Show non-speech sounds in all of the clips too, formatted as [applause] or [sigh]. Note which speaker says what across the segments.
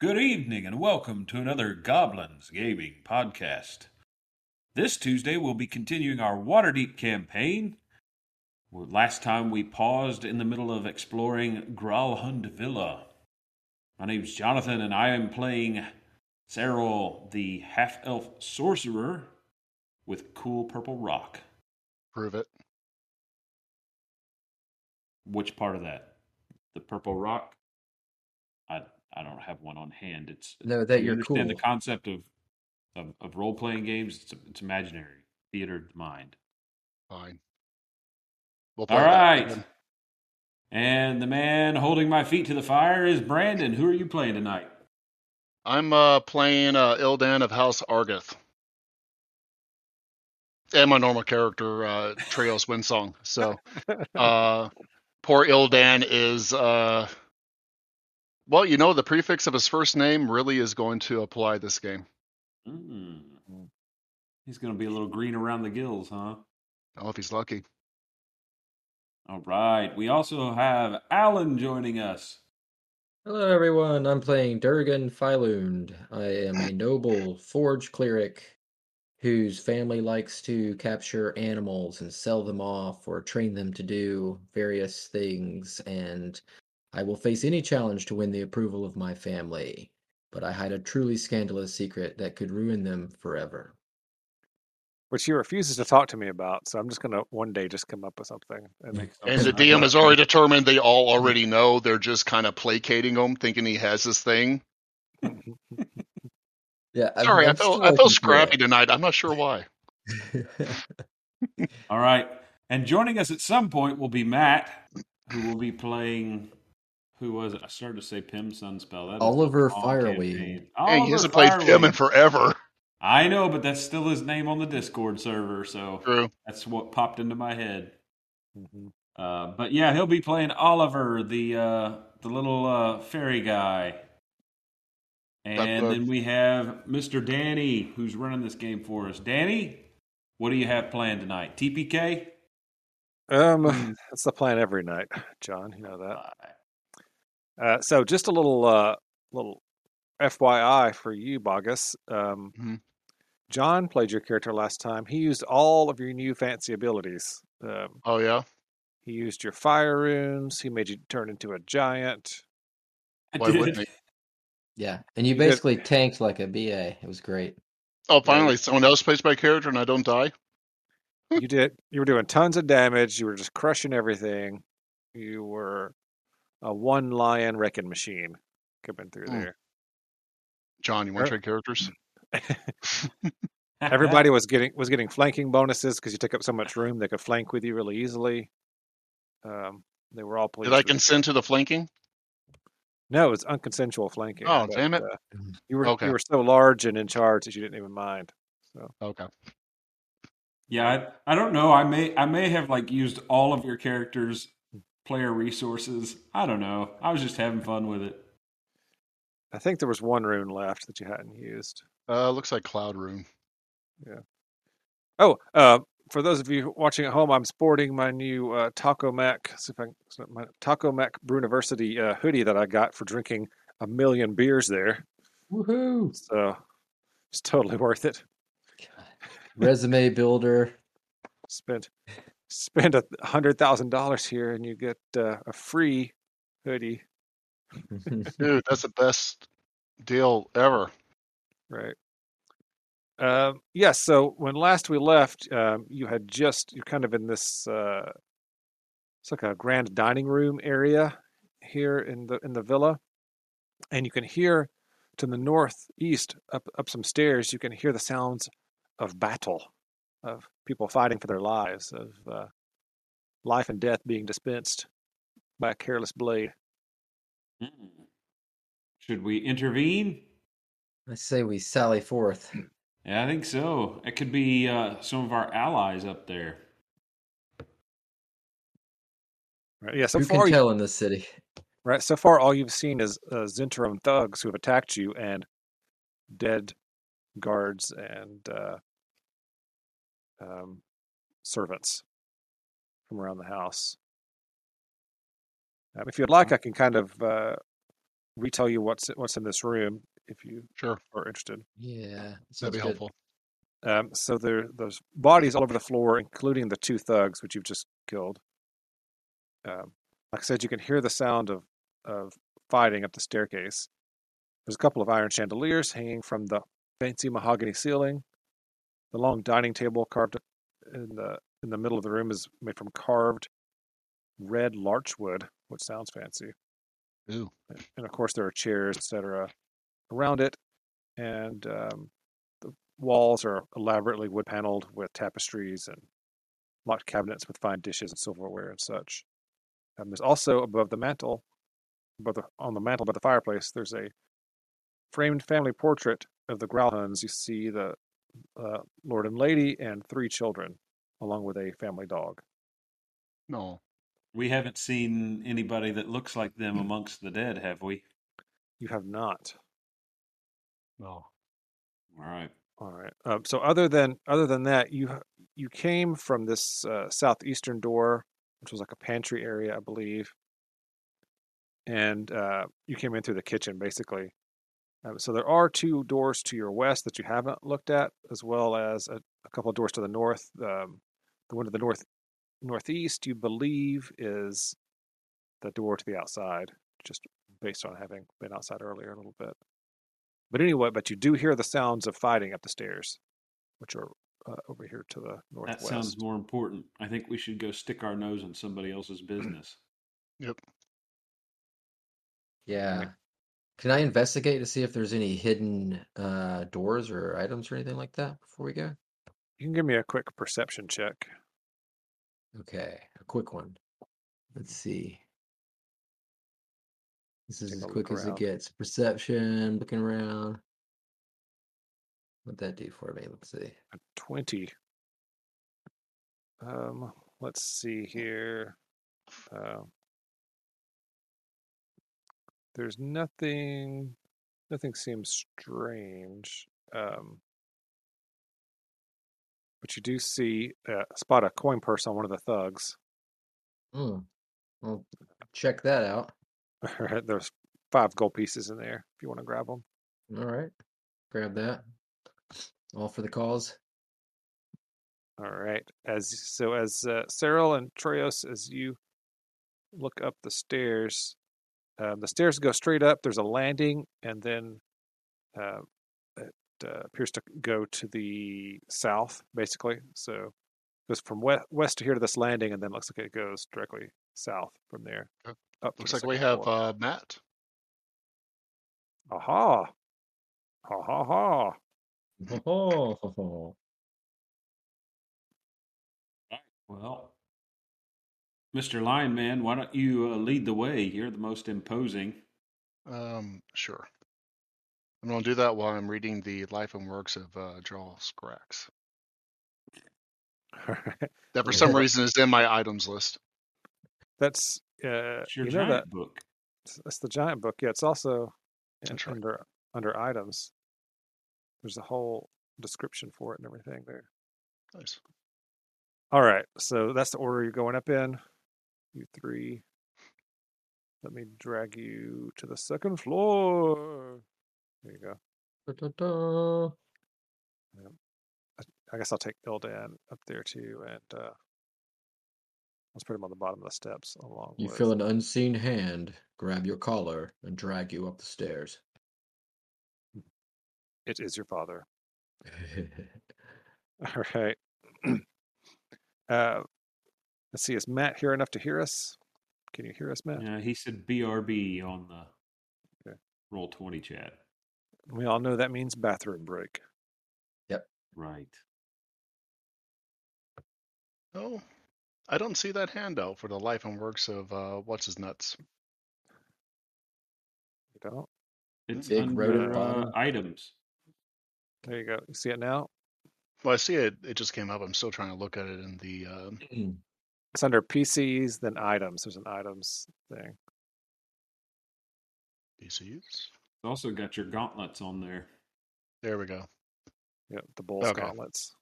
Speaker 1: Good evening and welcome to another Goblins Gaming podcast. This Tuesday we'll be continuing our Waterdeep campaign. Well, Last time we paused in the middle of exploring Gralhund Villa. My name's Jonathan and I am playing Cyril, the half elf sorcerer with cool purple rock.
Speaker 2: Prove it.
Speaker 1: Which part of that? The purple rock? I I don't have one on hand. It's
Speaker 3: No, that
Speaker 1: you
Speaker 3: you're cool.
Speaker 1: understand the concept of of, of role playing games. It's it's imaginary theater of the mind.
Speaker 2: Fine.
Speaker 1: All
Speaker 2: We'll play that
Speaker 1: right.
Speaker 2: again.
Speaker 1: And the man holding my feet to the fire is Brandon. Who are you playing tonight?
Speaker 2: I'm uh, playing uh, Ildan of House Argath. And my normal character, uh, Trails Windsong.
Speaker 1: [laughs]
Speaker 2: So, uh, poor Ildan is. Uh, well, you know, the prefix of his first name really is going to apply this game.
Speaker 1: Mm. He's going to be a little green around the gills, huh?
Speaker 2: Oh, if he's lucky.
Speaker 1: All right. We also have Alan joining us.
Speaker 3: Hello, everyone. I'm playing Durgan Philund. I am a noble forge cleric whose family likes to capture animals and sell them off or train them to do various things. And I will face any challenge to win the approval of my family. But I hide a truly scandalous secret that could ruin them forever.
Speaker 4: which he refuses to talk to me about. So I'm just gonna one day just come up with something. And
Speaker 1: Make
Speaker 2: And the
Speaker 1: something
Speaker 2: DM
Speaker 1: up.
Speaker 2: has already determined they all already know. They're just kind of placating him, thinking he has this thing.
Speaker 3: Yeah. I'm-
Speaker 2: Sorry, I
Speaker 3: I'm
Speaker 2: feel,
Speaker 3: still
Speaker 2: I feel
Speaker 3: open for
Speaker 2: scrappy
Speaker 3: it.
Speaker 2: tonight. I'm not sure why.
Speaker 3: [laughs]
Speaker 1: All right. And joining us at some point will be Matt, who will be playing. Who was it? I started to say Pim Sunspell. That is
Speaker 3: Oliver
Speaker 1: all
Speaker 3: Fireweed.
Speaker 1: campaign.
Speaker 2: Hey,
Speaker 1: Oliver
Speaker 2: he hasn't played Pim in
Speaker 1: Firewing.
Speaker 2: forever.
Speaker 1: I know, but that's still his name on the Discord server, so
Speaker 2: True.
Speaker 1: that's what popped into my head.
Speaker 4: Mhm.
Speaker 1: Uh, but yeah, he'll be playing Oliver, the uh, the little uh, fairy guy. And
Speaker 2: the-
Speaker 1: then we have Mr. Danny, who's running this game for us. Danny, what do you have planned tonight? TPK?
Speaker 4: um, [sighs] that's the plan every night, [sighs] John. You know that. Uh, so just a little uh, little FYI for you, Bogus. Um,
Speaker 2: Mhm.
Speaker 4: John played your character last time. He used all of your new fancy abilities. Um,
Speaker 2: Oh yeah.
Speaker 4: he used your fire runes. He made you turn into a giant.
Speaker 1: I
Speaker 2: Why
Speaker 1: did.
Speaker 2: wouldn't he?
Speaker 3: yeah. And you
Speaker 4: Good.
Speaker 3: basically tanked like a BA. It was great.
Speaker 2: Oh, finally, someone else plays my character and I don't die.
Speaker 4: you did. You were doing tons of damage. You were just crushing everything. You were a one lion wrecking machine coming through
Speaker 2: Hmm.
Speaker 4: there.
Speaker 2: John, you want to
Speaker 4: Sure.
Speaker 2: trade characters?
Speaker 4: Everybody was getting was getting flanking bonuses because you took up so much room. They could flank with you really easily. Um, they were all pleased.
Speaker 2: Did I
Speaker 4: with it.
Speaker 2: consent to the flanking?
Speaker 4: No, it's unconsensual flanking.
Speaker 2: Oh, damn it.
Speaker 4: uh, you were
Speaker 2: Okay.
Speaker 4: you were so large and in charge that you didn't even mind. So
Speaker 2: Okay.
Speaker 1: [laughs] Yeah, I, I don't know. I may I may have like used all of your characters' player resources. I don't know. I was just having fun with it.
Speaker 4: I think there was one rune left that you hadn't used.
Speaker 2: Uh, looks like Cloud Room.
Speaker 4: Oh, uh, for those of you watching at home, I'm sporting my new uh, Taco Mac see if I can- so my Taco Mac Bruniversity uh, hoodie that I got for drinking a million beers there.
Speaker 3: Woohoo!
Speaker 4: So it's totally [laughs] worth it.
Speaker 3: Resume [laughs] builder.
Speaker 4: spend spend a hundred thousand dollars here and you get uh, a free hoodie
Speaker 2: Dude, that's the best deal ever.
Speaker 4: right um yes so when last we left um you had just you're kind of in this uh it's like a grand dining room area here in the in the villa and you can hear to the northeast up up some stairs you can hear the sounds of battle of people fighting for their lives of uh, life and death being dispensed by a careless blade Hmm.
Speaker 1: Mm. Should we intervene?
Speaker 3: I say we sally forth.
Speaker 1: Yeah, I think so. It could be uh, some of our allies up there.
Speaker 4: Right. Yeah. So
Speaker 3: Who
Speaker 4: far,
Speaker 3: can
Speaker 4: you-
Speaker 3: tell in this city?
Speaker 4: right. So far, all you've seen is uh, Zintarum thugs who have attacked you and dead guards and uh, um, servants from around the house. Um, if you'd like, I can kind of uh, retell you what's what's in this room if you
Speaker 2: Sure.
Speaker 4: are interested.
Speaker 3: Yeah. sounds
Speaker 2: That'd be
Speaker 3: good.
Speaker 2: helpful.
Speaker 4: Um, so there, there's bodies all over the floor, including the two thugs which you've just killed. Um, like I said, you can hear the sound of of fighting up the staircase. There's a couple of iron chandeliers hanging from the fancy mahogany ceiling. The long dining table carved in the in the middle of the room is made from carved red larch wood, which sounds fancy
Speaker 2: Ooh.
Speaker 4: and of course there are chairs, etc., around it, and um, the walls are elaborately wood paneled with tapestries and locked cabinets with fine dishes and silverware and such. Um, there's also above the mantel, above the, on the mantel by the fireplace, there's a framed family portrait of the Grauhuns. You see the uh, Lord and Lady and three children, along with a family dog.
Speaker 2: No.
Speaker 1: We haven't seen anybody that looks like
Speaker 4: Hmm.
Speaker 1: them amongst the dead, have we?
Speaker 4: You have not.
Speaker 2: No.
Speaker 1: All right.
Speaker 4: All right. Um, so other than other than that, you h- you came from this uh, southeastern door, which was like a pantry area, I believe, and uh, you came in through the kitchen, basically. Um, so there are two doors to your west that you haven't looked at, as well as a, a couple of doors to the north. Um, the one to the north northeast, you believe, is the door to the outside, just based on having been outside earlier a little bit. But anyway, but you do hear the sounds of fighting up the stairs, which are uh, over here to the
Speaker 1: That
Speaker 4: northwest.
Speaker 1: sounds more important. I think we should go stick our nose in somebody else's business.
Speaker 3: Yeah. Can I investigate to see if there's any hidden uh doors or items or anything like that before we go?
Speaker 4: You can give me a quick perception check.
Speaker 3: Okay, a quick one. Let's see. This is
Speaker 4: Take
Speaker 3: as
Speaker 4: a look
Speaker 3: quick as it
Speaker 4: around.
Speaker 3: gets. Perception, looking around. What'd that do for me? Let's see.
Speaker 4: A 20. Um, let's see here. Uh, there's nothing, nothing seems strange. Um, but you do see, uh, spot a coin purse on one of the thugs. [laughs]
Speaker 3: Mm, I'll check that out.
Speaker 4: There's five gold pieces in there if you want to grab them.
Speaker 3: All right, grab that. All for the cause.
Speaker 4: All right. As so, as uh, Cyril and Troyos, as you look up the stairs, um, the stairs go straight up. There's a landing, and then uh, it uh, appears to go to the south, basically. So it goes from west, west to here to this landing, and then looks like it goes directly south from there.
Speaker 2: Okay.
Speaker 4: Up to
Speaker 2: Looks
Speaker 4: the
Speaker 2: like we
Speaker 4: second
Speaker 2: have
Speaker 4: floor.
Speaker 2: uh, Matt.
Speaker 4: Aha! Ha ha ha! [laughs]
Speaker 3: Oh,
Speaker 1: Well, Mr. Lion Man, why don't you uh, lead the way? You're the most imposing.
Speaker 2: Um, sure. I'm gonna do that while I'm reading the life and works of uh, Charles Grax.
Speaker 4: All right.
Speaker 2: That for
Speaker 3: Okay.
Speaker 2: some reason is in my items list.
Speaker 4: That's uh,
Speaker 1: It's your
Speaker 4: you know
Speaker 1: giant
Speaker 4: that
Speaker 1: book.
Speaker 4: It's, it's the giant book. Yeah, it's also in-
Speaker 2: That's right.
Speaker 4: under under items. There's a whole description for it and everything there.
Speaker 2: Nice.
Speaker 4: All right, so that's the order you're going up in. You three. Let me drag you to the second floor. There you go.
Speaker 3: Da-da-da.
Speaker 4: I guess I'll take Ildan up there too, and uh, let's put him on the bottom of the steps along
Speaker 3: You
Speaker 4: with.
Speaker 3: feel an unseen hand grab your collar and drag you up the [laughs] stairs.
Speaker 4: It is your father. [laughs] All right. [clears throat] uh, let's see. Is Matt here enough to hear us? Can you hear us, Matt?
Speaker 1: Yeah, he said BRB on the
Speaker 4: uh, Okay.
Speaker 1: Roll 20 chat.
Speaker 4: We all know that means bathroom break.
Speaker 1: Right.
Speaker 2: Oh, I don't see that handout for the life and works of uh, what's his nuts.
Speaker 4: You don't?
Speaker 1: It's
Speaker 3: Big road at
Speaker 1: under
Speaker 3: the
Speaker 1: uh,
Speaker 3: bottom.
Speaker 1: items.
Speaker 4: There you go. You see it now?
Speaker 2: Well, I see it. It just came up. I'm still trying to look at it in the. Um,
Speaker 4: It's under PCs, then items. There's an items thing.
Speaker 2: PCs.
Speaker 1: It's also got your gauntlets on there.
Speaker 2: There we go.
Speaker 4: Yep, the bull's
Speaker 2: Okay.
Speaker 4: gauntlets.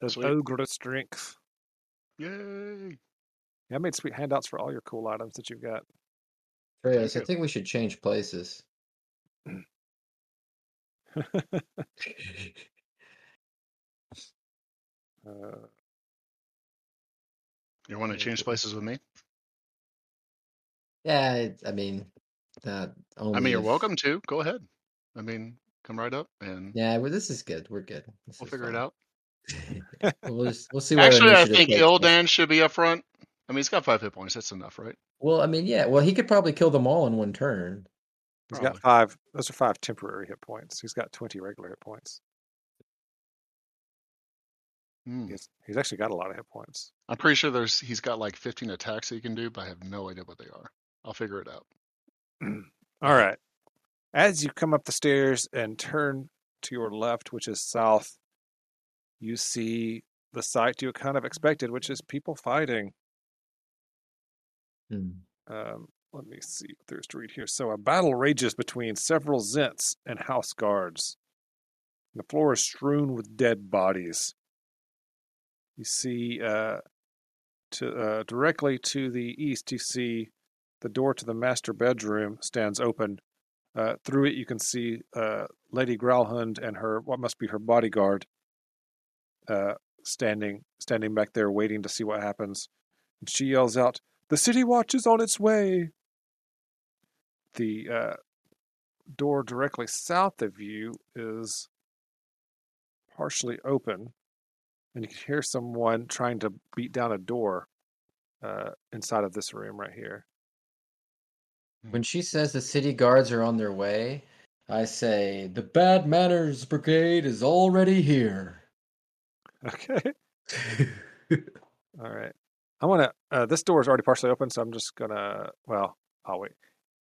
Speaker 4: Those
Speaker 2: Sweet.
Speaker 4: ogre strength.
Speaker 2: Yay!
Speaker 4: Yeah, I made sweet handouts for all your cool items that you've got.
Speaker 3: Treyos, I think we should change places.
Speaker 4: Uh,
Speaker 2: You want to change places with me?
Speaker 3: [laughs] yeah, it, I mean, not only.
Speaker 2: I mean, you're
Speaker 3: if-
Speaker 2: welcome to. Go ahead. I mean, come right up and
Speaker 3: Yeah, well, this is good. We're good. This
Speaker 2: we'll
Speaker 3: is
Speaker 2: figure it
Speaker 3: fine.
Speaker 2: out.
Speaker 3: [laughs] we'll just we'll see. What
Speaker 2: Actually, I
Speaker 3: initiative
Speaker 2: think
Speaker 3: takes us.
Speaker 2: Ildan should be up front. I mean, he's got five hit points. That's enough, right?
Speaker 3: Well, I mean, yeah. Well, he could probably kill them all in one turn.
Speaker 4: he's
Speaker 2: Probably.
Speaker 4: got five. Those are five temporary hit points. He's got twenty regular hit points.
Speaker 2: Hmm.
Speaker 4: He's, he's actually got a lot of hit points.
Speaker 2: I'm pretty sure there's he's got like 15 attacks he can do, but I have no idea what they are. I'll figure it out.
Speaker 4: All right. As you come up the stairs and turn to your left, which is south, you see the sight you kind of expected, which is people fighting.
Speaker 3: Hmm.
Speaker 4: Um, let me see if there's to read here. So a battle rages between several Zents and house guards. The floor is strewn with dead bodies. You see, uh, to uh, directly to the east, you see the door to the master bedroom stands open. Uh, through it, you can see uh, Lady Growlhund and her what must be her bodyguard uh, standing standing back there, waiting to see what happens. And she yells out, the city watch is on its way. The uh, door directly south of you is partially open, and you can hear someone trying to beat down a door uh, inside of this room right here.
Speaker 3: When she says the city guards are on their way, I say the Bad Manners Brigade is already here.
Speaker 4: Okay. All right. I'm gonna. Uh, this door is already partially open, so I'm just gonna. Well, I'll wait.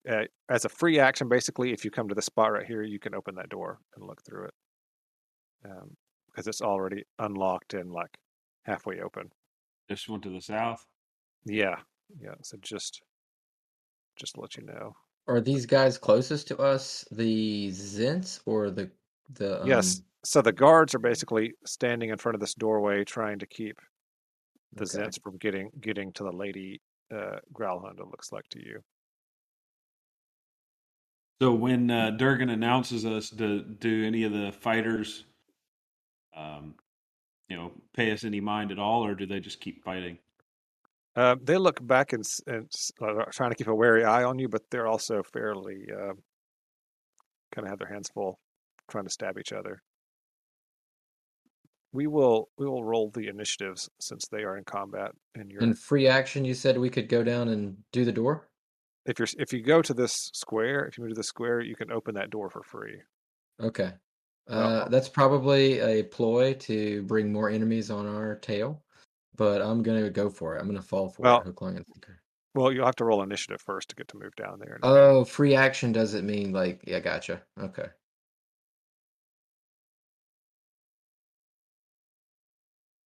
Speaker 4: Uh, as a free action, basically, if you come to this spot right here, you can open that door and look through it, um, because it's already unlocked and like halfway open.
Speaker 1: This one to the south.
Speaker 4: Yeah, yeah. So just, just to let you know.
Speaker 3: are these guys closest to us the Zents or the the? Um,
Speaker 4: Yes. So the guards are basically standing in front of this doorway, trying to keep the
Speaker 3: Okay.
Speaker 4: Zents from getting getting to the lady uh, Growlhund. It looks like to you.
Speaker 1: So when uh,
Speaker 4: Hmm.
Speaker 1: Durgan announces us, do, do any of the fighters, um, you know, pay us any mind at all, or do they just keep fighting?
Speaker 4: Uh, they look back and, s- and s- uh, are trying to keep a wary eye on you, but they're also fairly uh, kind of have their hands full, trying to stab each other. We will we will roll the initiatives since they are in combat, and you're
Speaker 3: In free action, you said we could go down and do the door.
Speaker 4: if you're s- if you go to this square, if you move to the square, you can open that door for free.
Speaker 3: Okay.
Speaker 4: Well-
Speaker 3: Uh, that's probably a ploy to bring more enemies on our tail, but I'm gonna go for it. I'm gonna fall for
Speaker 4: Well-
Speaker 3: it, hook, line, and sinker.
Speaker 4: Well, you'll have to roll initiative first to get to move down there. and everything.
Speaker 3: Oh, free action doesn't mean like yeah, gotcha. Okay.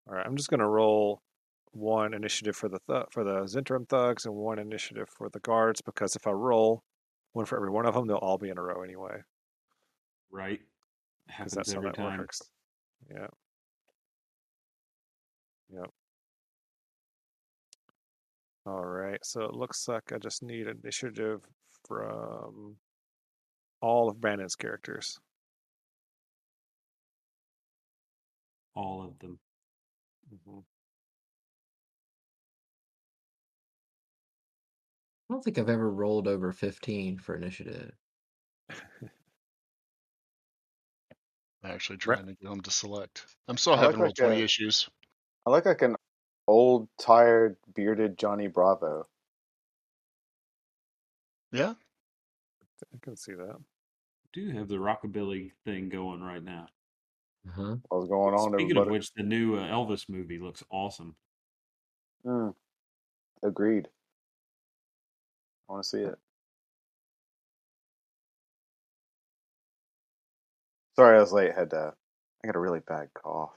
Speaker 4: All right, I'm just going to roll one initiative for the th- for the Zentrum thugs and one initiative for the guards because if I roll one for every one of them, they'll all be in a row anyway.
Speaker 1: Right?
Speaker 4: because
Speaker 1: Happens
Speaker 4: that's how
Speaker 1: every
Speaker 4: that
Speaker 1: time.
Speaker 4: works. Yeah. Yep. All right. So it looks like I just need initiative from all of Brandon's characters.
Speaker 1: All of them.
Speaker 4: Mhm.
Speaker 3: I don't think I've ever rolled over 15 for initiative.
Speaker 2: I'm actually
Speaker 4: Right.
Speaker 2: trying to get him to select. I'm still
Speaker 5: I like
Speaker 2: having roll
Speaker 5: like, uh,
Speaker 2: 20 issues.
Speaker 5: I like like an old, tired, bearded Johnny Bravo.
Speaker 2: Yeah.
Speaker 4: I can see that.
Speaker 1: Do have the rockabilly thing going right now.
Speaker 3: Uh-huh.
Speaker 5: What's going on,
Speaker 1: Speaking of
Speaker 5: everybody?
Speaker 1: which, the new uh, Elvis movie looks awesome.
Speaker 5: Mm, agreed. I want to see it. Sorry, I was late. Had uh, I got a really bad cough.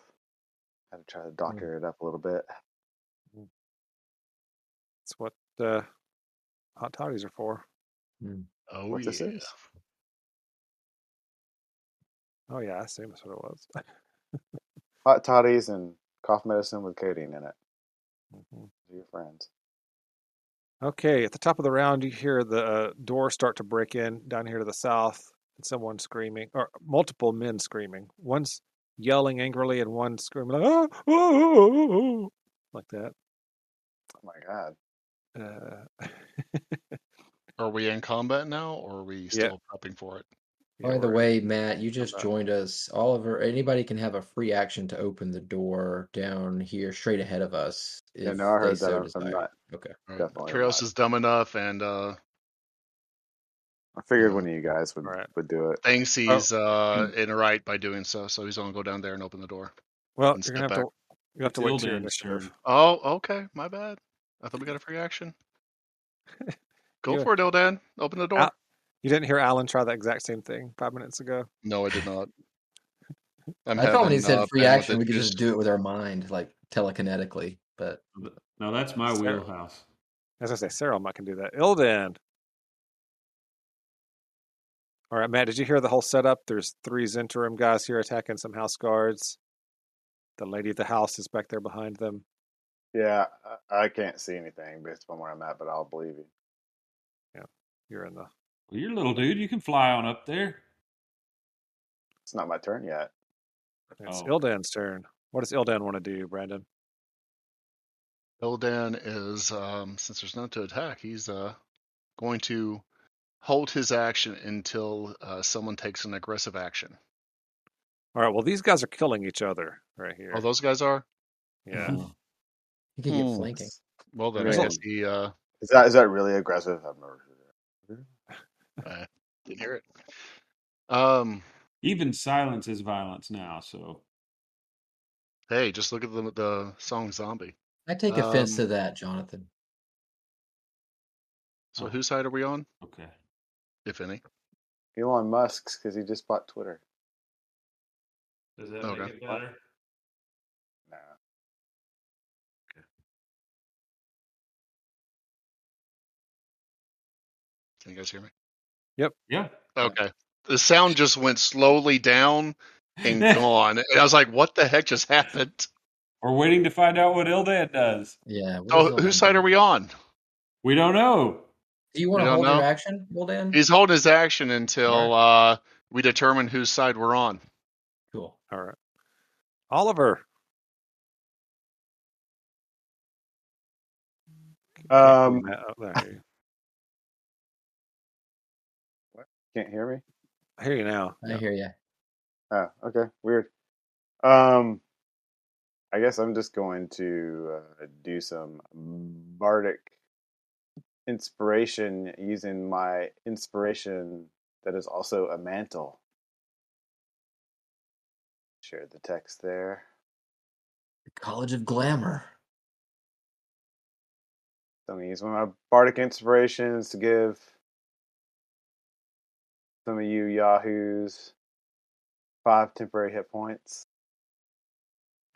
Speaker 5: Had to try to doctor it up a little bit.
Speaker 4: That's what uh, hot toddies are for.
Speaker 3: Hmm.
Speaker 2: Oh,
Speaker 5: What
Speaker 2: yeah.
Speaker 5: this is?
Speaker 4: Oh yeah, I assume that's what it
Speaker 1: [laughs]
Speaker 4: was.
Speaker 5: Hot toddies
Speaker 1: Mm-hmm.
Speaker 5: and cough medicine with codeine in it.
Speaker 4: Mhm.
Speaker 5: Your friends.
Speaker 4: Okay, at the top of the round, you hear the uh, door start to break in down here to the south, and someone screaming, or multiple men screaming. One's yelling angrily, and one screaming like, "Oh, oh, oh, oh, oh," like that.
Speaker 5: Oh my god.
Speaker 4: Uh, [laughs]
Speaker 2: Are we in combat now, or are we still prepping for it?
Speaker 4: yeah,
Speaker 3: Oh, By the
Speaker 4: we're- Uh,
Speaker 3: way, Matt, you just
Speaker 4: not-
Speaker 3: joined us. Oliver, anybody can have a free action to open the door down here straight ahead of us
Speaker 5: Yeah,
Speaker 3: if
Speaker 5: no, I
Speaker 3: they
Speaker 5: heard that.
Speaker 3: so
Speaker 5: I'm, I'm
Speaker 3: desire.
Speaker 5: not
Speaker 2: All
Speaker 3: Okay.
Speaker 2: right.
Speaker 5: definitely. I'm
Speaker 2: Trails
Speaker 5: not.
Speaker 2: is dumb enough, and uh,
Speaker 5: I figured
Speaker 2: Yeah.
Speaker 5: one of you guys would
Speaker 4: all right.
Speaker 5: would do it.
Speaker 2: thinks he's uh, in the right by doing so, so he's gonna go down there and open the door.
Speaker 4: Well,
Speaker 2: and
Speaker 4: you're gonna have
Speaker 2: step
Speaker 4: to you have
Speaker 1: It's
Speaker 4: to wait to your
Speaker 1: Ildan's
Speaker 4: initiative.
Speaker 1: turn.
Speaker 2: Oh, okay, my bad. I thought we got a free action. Go
Speaker 4: Yeah.
Speaker 2: for it, Ildan. Open the door.
Speaker 4: Al- you didn't hear Alan try the exact same thing five minutes ago.
Speaker 2: No, I did not. I'm
Speaker 3: I thought when he
Speaker 2: having
Speaker 3: said
Speaker 2: uh,
Speaker 3: free
Speaker 2: bandwidth
Speaker 3: action, we could
Speaker 2: issues.
Speaker 3: just do it with our mind, like telekinetically. But
Speaker 1: Now that's my
Speaker 4: Sarah-
Speaker 1: wheelhouse.
Speaker 4: As I say, Sarah might can do that. Ilden. All right, Matt, did you hear the whole setup? There's three Zentarim guys here attacking some house guards. The lady of the house is back there behind them.
Speaker 5: Yeah, I, I can't see anything based on where I'm at, but I'll believe you.
Speaker 4: You're in the
Speaker 1: Well, you're a little dude. You can fly on up there.
Speaker 5: It's not my turn yet.
Speaker 4: it's
Speaker 1: Oh.
Speaker 4: Ildan's turn. What does Ildan want to do, Brandon?
Speaker 2: Ildan is um, since there's none to attack, he's uh, going to hold his action until uh, someone takes an aggressive action.
Speaker 4: All right, well these guys are killing each other right here.
Speaker 2: Oh, those guys are.
Speaker 4: yeah.
Speaker 3: you could get
Speaker 2: Hmm.
Speaker 3: flanking.
Speaker 2: Well, then I
Speaker 5: Really?
Speaker 2: guess he uh,
Speaker 5: Is that is that really aggressive? I've never.
Speaker 2: uh, didn't hear it. Um,
Speaker 1: Even silence is violence now. So
Speaker 2: hey, just look at the the song "Zombie."
Speaker 3: I take offense
Speaker 2: Um,
Speaker 3: to that, Jonathan.
Speaker 2: So
Speaker 1: Oh.
Speaker 2: whose side are we on,
Speaker 1: okay.
Speaker 2: if any?
Speaker 5: Elon Musk's because he just bought Twitter.
Speaker 1: Does that
Speaker 2: Okay.
Speaker 1: make it better?
Speaker 5: Nah.
Speaker 2: Can you guys hear me?
Speaker 1: Yeah.
Speaker 2: Okay. The sound just went slowly down
Speaker 1: [laughs]
Speaker 2: [laughs] and gone, and I was like, "What the heck just happened?"
Speaker 1: We're waiting to find out what Ildan does.
Speaker 3: Yeah. what
Speaker 2: So
Speaker 3: is
Speaker 2: Oh, whose
Speaker 3: Ildan
Speaker 2: side are
Speaker 3: doing?
Speaker 2: we on?
Speaker 1: We don't know.
Speaker 3: Do you
Speaker 2: We
Speaker 3: want to
Speaker 2: don't
Speaker 3: hold your
Speaker 2: know.
Speaker 3: action, Wildan?
Speaker 2: He's holding his action until uh, we determine whose side we're on.
Speaker 3: Cool.
Speaker 4: All right. Oliver. Can't hear you,
Speaker 5: Um,
Speaker 4: Matt. Oh, there, I hear you.
Speaker 5: can't hear me.
Speaker 4: I hear you now.
Speaker 3: I
Speaker 4: Yeah.
Speaker 3: hear you.
Speaker 5: Oh, okay, weird. Um, I guess I'm just going to uh, do some bardic inspiration using my inspiration that is also a mantle. Share the text there.
Speaker 3: The College of Glamour.
Speaker 5: So I'm gonna use one of my bardic inspirations to give some of you yahoos five temporary hit points,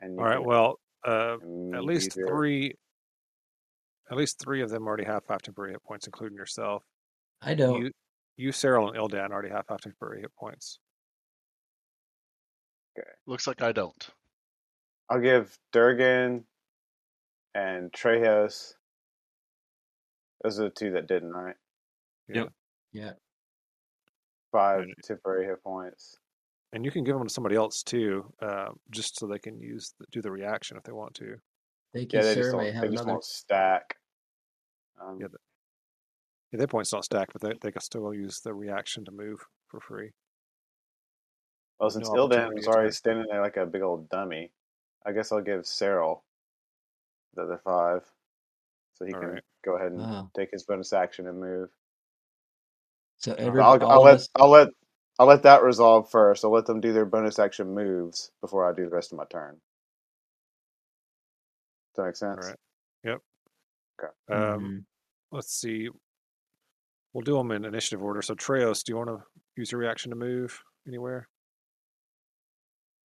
Speaker 5: and you [laughs]
Speaker 4: All right,
Speaker 5: can
Speaker 4: well, uh, at
Speaker 5: Mm,
Speaker 4: least
Speaker 5: either-
Speaker 4: three at least three of them already have five temporary hit points, including yourself.
Speaker 3: I don't.
Speaker 4: You, you, Cyril, and Ildan already have five temporary hit points.
Speaker 2: Looks like I don't.
Speaker 5: I'll give Durgan and Trejos. Those are the two that didn't, right?
Speaker 1: Yep.
Speaker 3: Yeah.
Speaker 5: Five
Speaker 4: Right.
Speaker 5: temporary hit points.
Speaker 4: And you can give them to somebody else too, uh, just so they can use the, do the reaction if they want to.
Speaker 3: Thank you,
Speaker 5: Yeah, they just
Speaker 3: sir. May I
Speaker 5: don't.
Speaker 3: have
Speaker 5: They just
Speaker 3: another?
Speaker 5: won't stack. Um,
Speaker 4: Yeah, Yeah, their points not stacked, but they, they can still use the reaction to move for free.
Speaker 5: well, since
Speaker 4: no
Speaker 5: Ildan
Speaker 4: opportunity
Speaker 5: was already
Speaker 4: attack.
Speaker 5: standing there like a big old dummy, I guess I'll give Cyril the other five, so he
Speaker 4: All
Speaker 5: can
Speaker 4: right.
Speaker 5: go ahead and
Speaker 3: Oh.
Speaker 5: take his bonus action and move.
Speaker 3: So
Speaker 4: But
Speaker 3: every
Speaker 5: But I'll,
Speaker 3: all
Speaker 5: I'll
Speaker 3: of
Speaker 5: let
Speaker 3: us.
Speaker 5: I'll let I'll let that resolve first. I'll let them do their bonus action moves before I do the rest of my turn. Does that make
Speaker 4: All
Speaker 5: sense?
Speaker 4: right. Yep.
Speaker 5: Okay.
Speaker 4: Um,
Speaker 3: Mhm.
Speaker 4: let's see. We'll do them in initiative order. So Treos, do you want to use your reaction to move anywhere?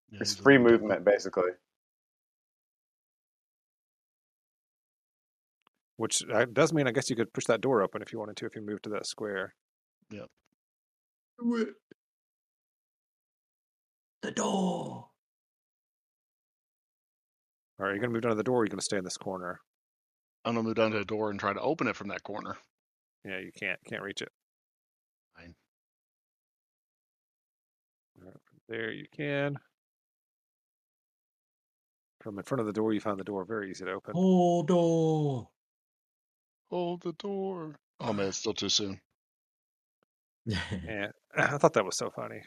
Speaker 2: Yeah,
Speaker 5: It's
Speaker 2: he's a
Speaker 5: free
Speaker 2: little dumb.
Speaker 5: movement, basically.
Speaker 4: Which uh, does mean, I guess, you could push that door open if you wanted to, if you moved to that square.
Speaker 5: Mm-hmm.
Speaker 3: The
Speaker 5: [laughs]
Speaker 3: door.
Speaker 4: All right, you're going to move down to the door. Or you're going to stay in this corner.
Speaker 2: I'm gonna move down to the door and try to open it from that corner.
Speaker 4: Yeah, you can't can't reach it.
Speaker 2: Fine.
Speaker 4: All right, from There you can. From in front of the door, you find the door very easy to open.
Speaker 3: Oh, door.
Speaker 2: Hold the door. Oh man, it's still too soon.
Speaker 4: And [clears throat] I thought that was so funny.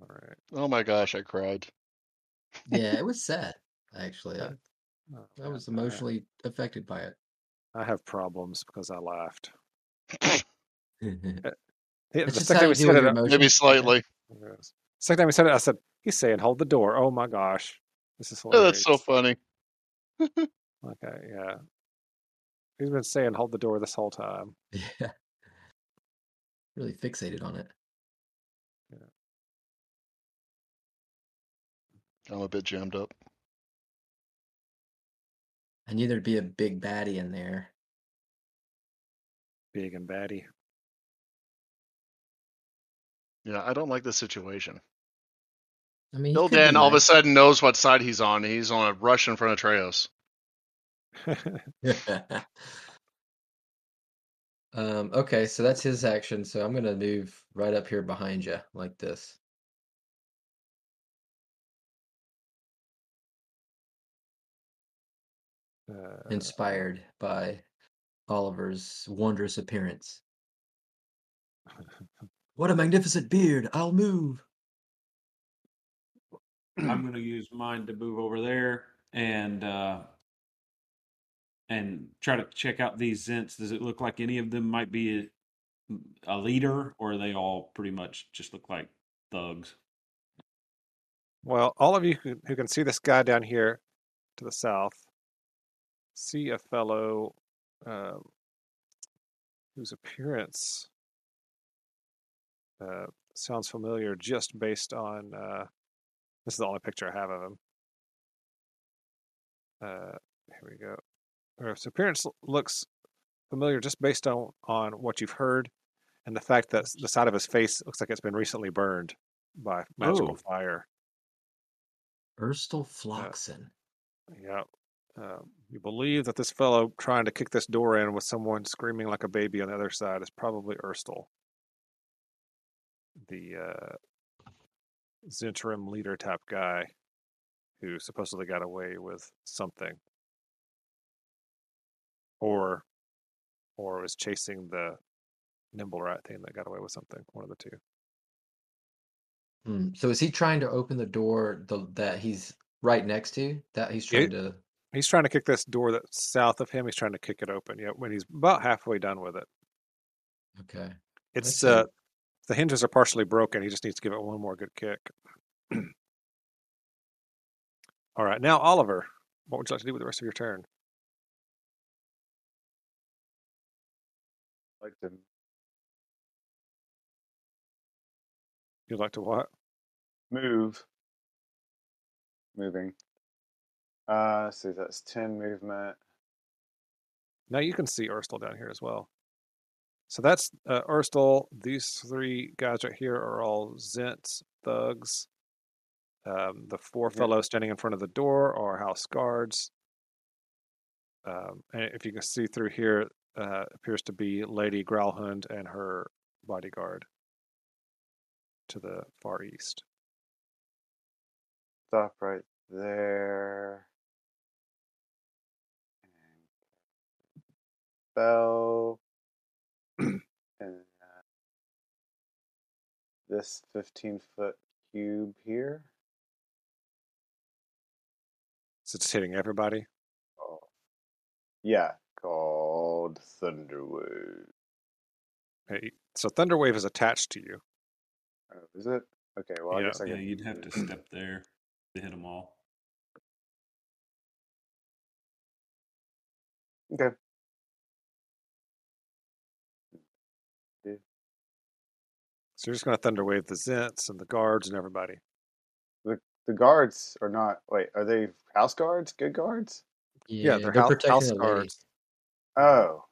Speaker 4: All right.
Speaker 2: Oh my gosh, I cried.
Speaker 3: yeah, it was sad. Actually, I,
Speaker 4: Oh,
Speaker 3: I
Speaker 4: man,
Speaker 3: was
Speaker 4: I-
Speaker 3: emotionally affected by it. [laughs]
Speaker 4: I have problems because I laughed.
Speaker 3: That's
Speaker 4: Yeah, The
Speaker 3: just
Speaker 4: second
Speaker 3: how you
Speaker 4: time we
Speaker 3: deal with
Speaker 4: said it,
Speaker 3: your
Speaker 4: I-
Speaker 3: emotions.
Speaker 2: Maybe [laughs] slightly.
Speaker 4: Yes. second time we said it, I said, "He's saying hold the door." Oh my gosh, this is
Speaker 2: Oh, that's
Speaker 4: hilarious.
Speaker 2: so funny.
Speaker 4: Okay, yeah. He's been saying hold the door this whole time.
Speaker 3: [laughs] Yeah. Really fixated on it.
Speaker 2: [laughs] I'm a bit jammed up.
Speaker 3: I knew there'd be a big baddie in there.
Speaker 4: Big and batty. [laughs]
Speaker 2: Yeah, I don't like this situation.
Speaker 3: I mean, he
Speaker 2: Bill
Speaker 3: could be
Speaker 2: Dan all of a
Speaker 3: nice.
Speaker 2: sudden knows what side he's on. He's on a rush in front of Treos.
Speaker 3: [laughs] um, okay, so that's his action. So I'm gonna move right up here behind you, like this.
Speaker 4: Uh,
Speaker 3: inspired by Oliver's wondrous
Speaker 4: [laughs]
Speaker 3: appearance. What a magnificent beard! I'll move.
Speaker 1: I'm going to use mine to move over there and uh, and try to check out these Zents. Does it look like any of them might be uh, a, a leader, or are they all pretty much just look like thugs?
Speaker 4: well, all of you who, who can see this guy down here to the south, see a fellow um, whose appearance uh, sounds familiar, just based on uh, this is the only picture I have of him. Uh, here we go. Or his appearance l- looks familiar just based on on what you've heard and the fact that s- the side of his face looks like it's been recently burned by magical
Speaker 1: Oh.
Speaker 4: fire. Uh.
Speaker 3: Erstal Floxen.
Speaker 4: Yeah. Um, you believe that this fellow trying to kick this door in with someone screaming like a baby on the other side is probably Erstal, the uh, Zentrum leader type guy who supposedly got away with something, or or was chasing the nimble rat thing that got away with something. One of the two.
Speaker 3: Hmm, So is he trying to open the door the, that he's right next to? That he's
Speaker 4: Yeah.
Speaker 3: trying to.
Speaker 4: He's trying to kick this door that's south of him. He's trying to kick it open. Yeah, when he's about halfway done with it,
Speaker 3: Okay.
Speaker 4: it's
Speaker 3: see.
Speaker 4: uh, the hinges are partially broken. He just needs to give it one more good kick. [clears throat] All right, now Oliver, what would you like to do with the rest of your turn?
Speaker 5: Like to
Speaker 4: You'd like to what?
Speaker 5: move. Moving. Uh, let's see, that's ten movement.
Speaker 4: Now you can see Urstel down here as well. So that's uh, Urstel. These three guys right here are all Zents thugs. Um, the four
Speaker 5: Mhm.
Speaker 4: fellows standing in front of the door are house guards. Um, and if you can see through here, uh, appears to be Lady Growlhund and her bodyguard to the far east.
Speaker 5: Stop right there. Bell. [clears throat] and uh, this 15 foot cube here.
Speaker 4: So just hitting everybody.
Speaker 5: Oh. Yeah, called Thunderwood.
Speaker 4: Hey, So Thunderwave is attached to you.
Speaker 5: Oh, is it? Okay, well, I
Speaker 4: Yeah.
Speaker 5: guess I
Speaker 1: Yeah,
Speaker 5: can.
Speaker 1: you'd
Speaker 5: [clears throat]
Speaker 1: have to step there to hit them all.
Speaker 5: Okay.
Speaker 4: So you're just going to Thunderwave the Zents and the guards and everybody.
Speaker 5: The guards are not. Wait, are they house guards? Good guards?
Speaker 4: Yeah,
Speaker 3: Yeah,
Speaker 4: they're,
Speaker 3: they're,
Speaker 4: house,
Speaker 3: protecting
Speaker 4: house
Speaker 3: the lady.
Speaker 4: guards.
Speaker 5: Oh.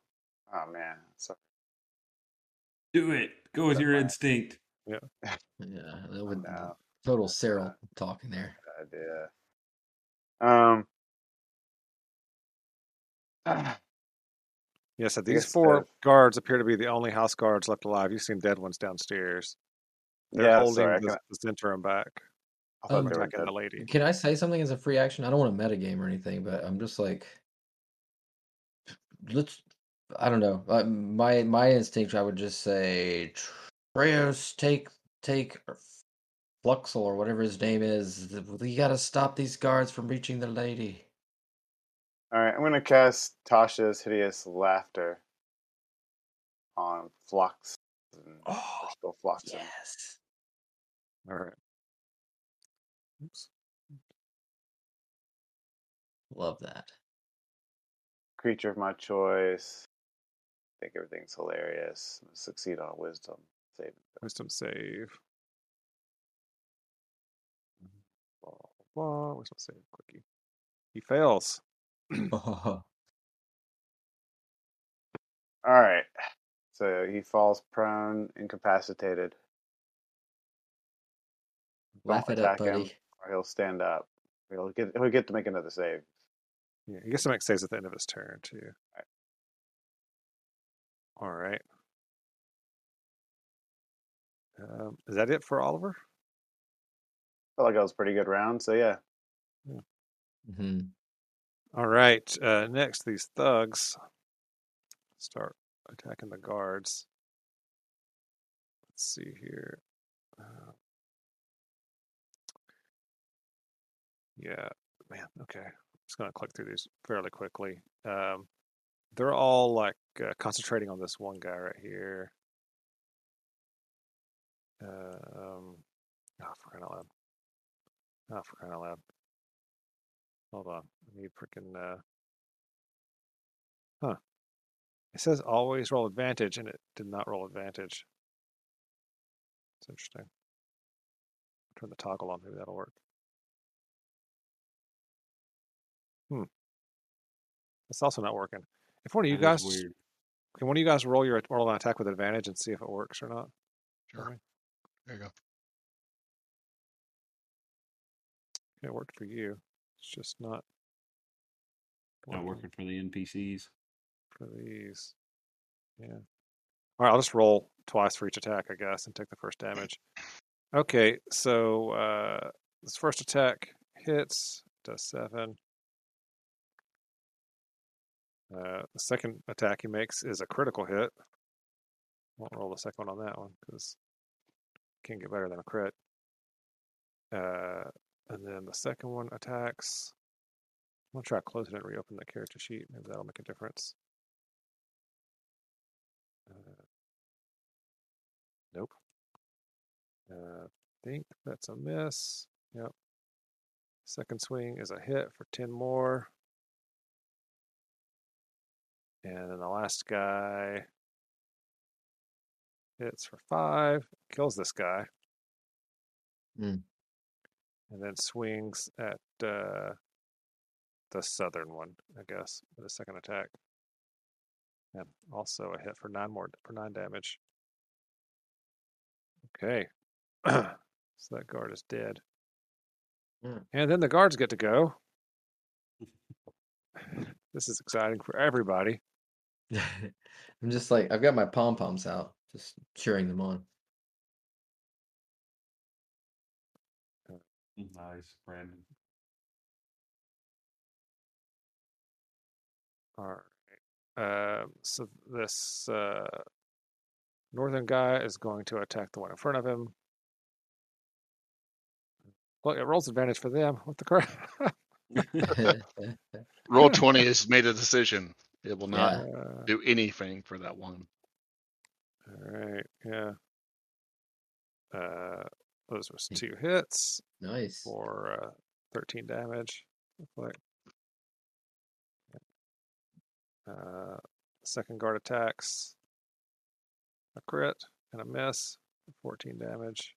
Speaker 5: Oh, man. Sorry.
Speaker 1: Do it. Go with
Speaker 5: Never
Speaker 1: your
Speaker 5: mind.
Speaker 1: instinct.
Speaker 3: Yeah, that
Speaker 5: Oh,
Speaker 3: would
Speaker 5: no.
Speaker 3: total
Speaker 5: That's
Speaker 3: Cyril
Speaker 5: not
Speaker 3: talking there.
Speaker 5: [sighs] a Good idea. Um,
Speaker 4: Yes, so
Speaker 5: guess
Speaker 4: these
Speaker 5: it
Speaker 4: four
Speaker 5: does.
Speaker 4: guards appear to be the only house guards left alive. You've seen dead ones downstairs. They're
Speaker 5: yeah,
Speaker 4: holding
Speaker 5: sorry. I,
Speaker 4: the,
Speaker 5: kinda-
Speaker 4: the Centurion back from
Speaker 5: I thought
Speaker 3: Um,
Speaker 5: they were
Speaker 4: attacking
Speaker 5: dead.
Speaker 4: the lady.
Speaker 3: Can I say something as a free action? I don't want to metagame or anything, but I'm just like, let's. I don't know. Uh, my my instinct, I would just say, Treos, take take Fluxel or whatever his name is. You got to stop these guards from reaching the lady.
Speaker 5: All right, I'm gonna cast Tasha's hideous laughter on Flox and
Speaker 3: Oh
Speaker 5: Crystal Flox.
Speaker 3: yes.
Speaker 4: All right. Oops.
Speaker 3: Love
Speaker 5: [clears throat]
Speaker 3: that. [laughs]
Speaker 5: Creature of my choice. think everything's hilarious. I'm gonna succeed on a wisdom saving throw.
Speaker 4: Wisdom save. Blah, blah, blah. Wisdom save. Quickie. He fails.
Speaker 5: All right. So he falls prone, incapacitated. Don't
Speaker 3: Laugh it up,
Speaker 5: attack him.
Speaker 3: buddy.
Speaker 5: Or he'll stand up. He'll get he'll get to make another save.
Speaker 4: Yeah, he gets to make saves at the end of his turn, too. All right. Um, is that it for Oliver?
Speaker 5: Felt like that was a pretty good round. So yeah,
Speaker 3: hmm
Speaker 4: All right. Uh, next, these thugs start attacking the guards. Let's see here. Uh, yeah, man. Okay, just gonna click through these fairly quickly. Um, they're all like uh, concentrating on this one guy right here. Um, oh, for crying out loud! Oh, for crying out loud! Hold on, I need freaking. Uh... Huh? It says always roll advantage, and it did not roll advantage. It's interesting. Turn the toggle on. Maybe that'll work. Hmm. It's also not working. If one of you
Speaker 1: That is
Speaker 4: guys
Speaker 1: weird.
Speaker 4: can one of you guys roll your roll an attack with advantage and see if it works or not. for
Speaker 2: Sure.
Speaker 4: me?
Speaker 2: There you go.
Speaker 4: It worked for you. It's just not
Speaker 1: Not working
Speaker 4: working
Speaker 1: for the NPCs.
Speaker 4: for these. Yeah. All right. I'll just roll twice for each attack, I guess, and take the first damage. Okay. So uh, this first attack hits. Does seven. Uh, the second attack he makes is a critical hit. Won't roll the second one on that one because can't get better than a crit. Uh, and then the second one attacks. I'm gonna try closing it and reopen the character sheet. Maybe that'll make a difference. Uh, nope. Uh, think that's a miss. Yep. Second swing is a hit for ten more. And then the last guy hits for five, kills this guy,
Speaker 3: Mm.
Speaker 4: and then swings at uh, the southern one, I guess, with a second attack. And also a hit for nine more for nine damage. Okay. [clears throat] so that guard is dead.
Speaker 3: Mm.
Speaker 4: And then the guards get to go. [sighs] this is exciting for everybody.
Speaker 3: Mm-hmm. [laughs] I'm just like I've got my pom poms out, just cheering them
Speaker 5: [laughs]
Speaker 3: on. [laughs]
Speaker 1: Mm, Nice, Brandon.
Speaker 4: All right. Um, so this uh, northern guy is going to attack the one in front of him. Look, it rolls advantage for them. What the [laughs] crap?
Speaker 2: [laughs] Roll 20 has made a decision. It will not
Speaker 4: Uh,
Speaker 3: Yeah.
Speaker 4: all
Speaker 2: do anything for that one.
Speaker 4: right. Yeah. Uh, those was two hits
Speaker 3: nice.
Speaker 4: for uh, 13 damage. Look like. Uh, second guard attacks. A crit and a miss. 14 damage.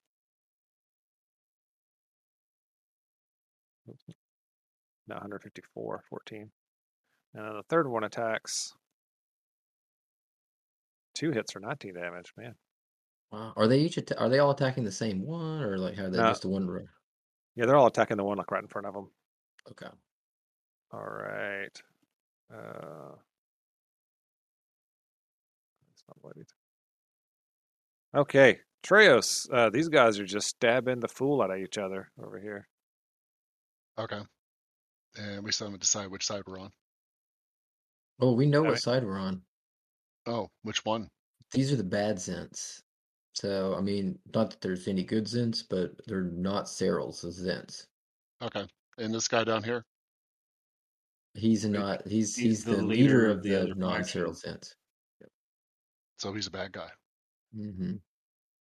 Speaker 4: Oops. Not 154, 14. And then the third one attacks. Two hits for 19 damage, man.
Speaker 3: Wow. Are they each atta- are they all attacking the same one or like are they
Speaker 4: No.
Speaker 3: just the one row?
Speaker 4: Yeah, they're all attacking the one like right in front of them.
Speaker 3: Okay.
Speaker 4: All right. Uh, it's not what it- okay, Treos. Uh, these guys are just stabbing the fool out of each other over here.
Speaker 2: Okay. And we still haven't decided which side we're on.
Speaker 3: Oh, we know
Speaker 4: All
Speaker 3: what
Speaker 4: right.
Speaker 3: side we're on.
Speaker 2: Oh, which one?
Speaker 3: These are the bad Zents. So, I mean, not that there's any good Zents, but they're not Serals of Zents.
Speaker 2: Okay. And this guy down here.
Speaker 3: He's
Speaker 1: Right.
Speaker 3: not. He's
Speaker 1: He's
Speaker 3: he's
Speaker 1: the
Speaker 3: the
Speaker 1: leader
Speaker 3: leader
Speaker 1: of
Speaker 3: of
Speaker 1: the
Speaker 3: the
Speaker 1: other
Speaker 3: non-Serral
Speaker 1: faction.
Speaker 3: Zents.
Speaker 2: So he's a bad guy.
Speaker 3: [laughs] hmm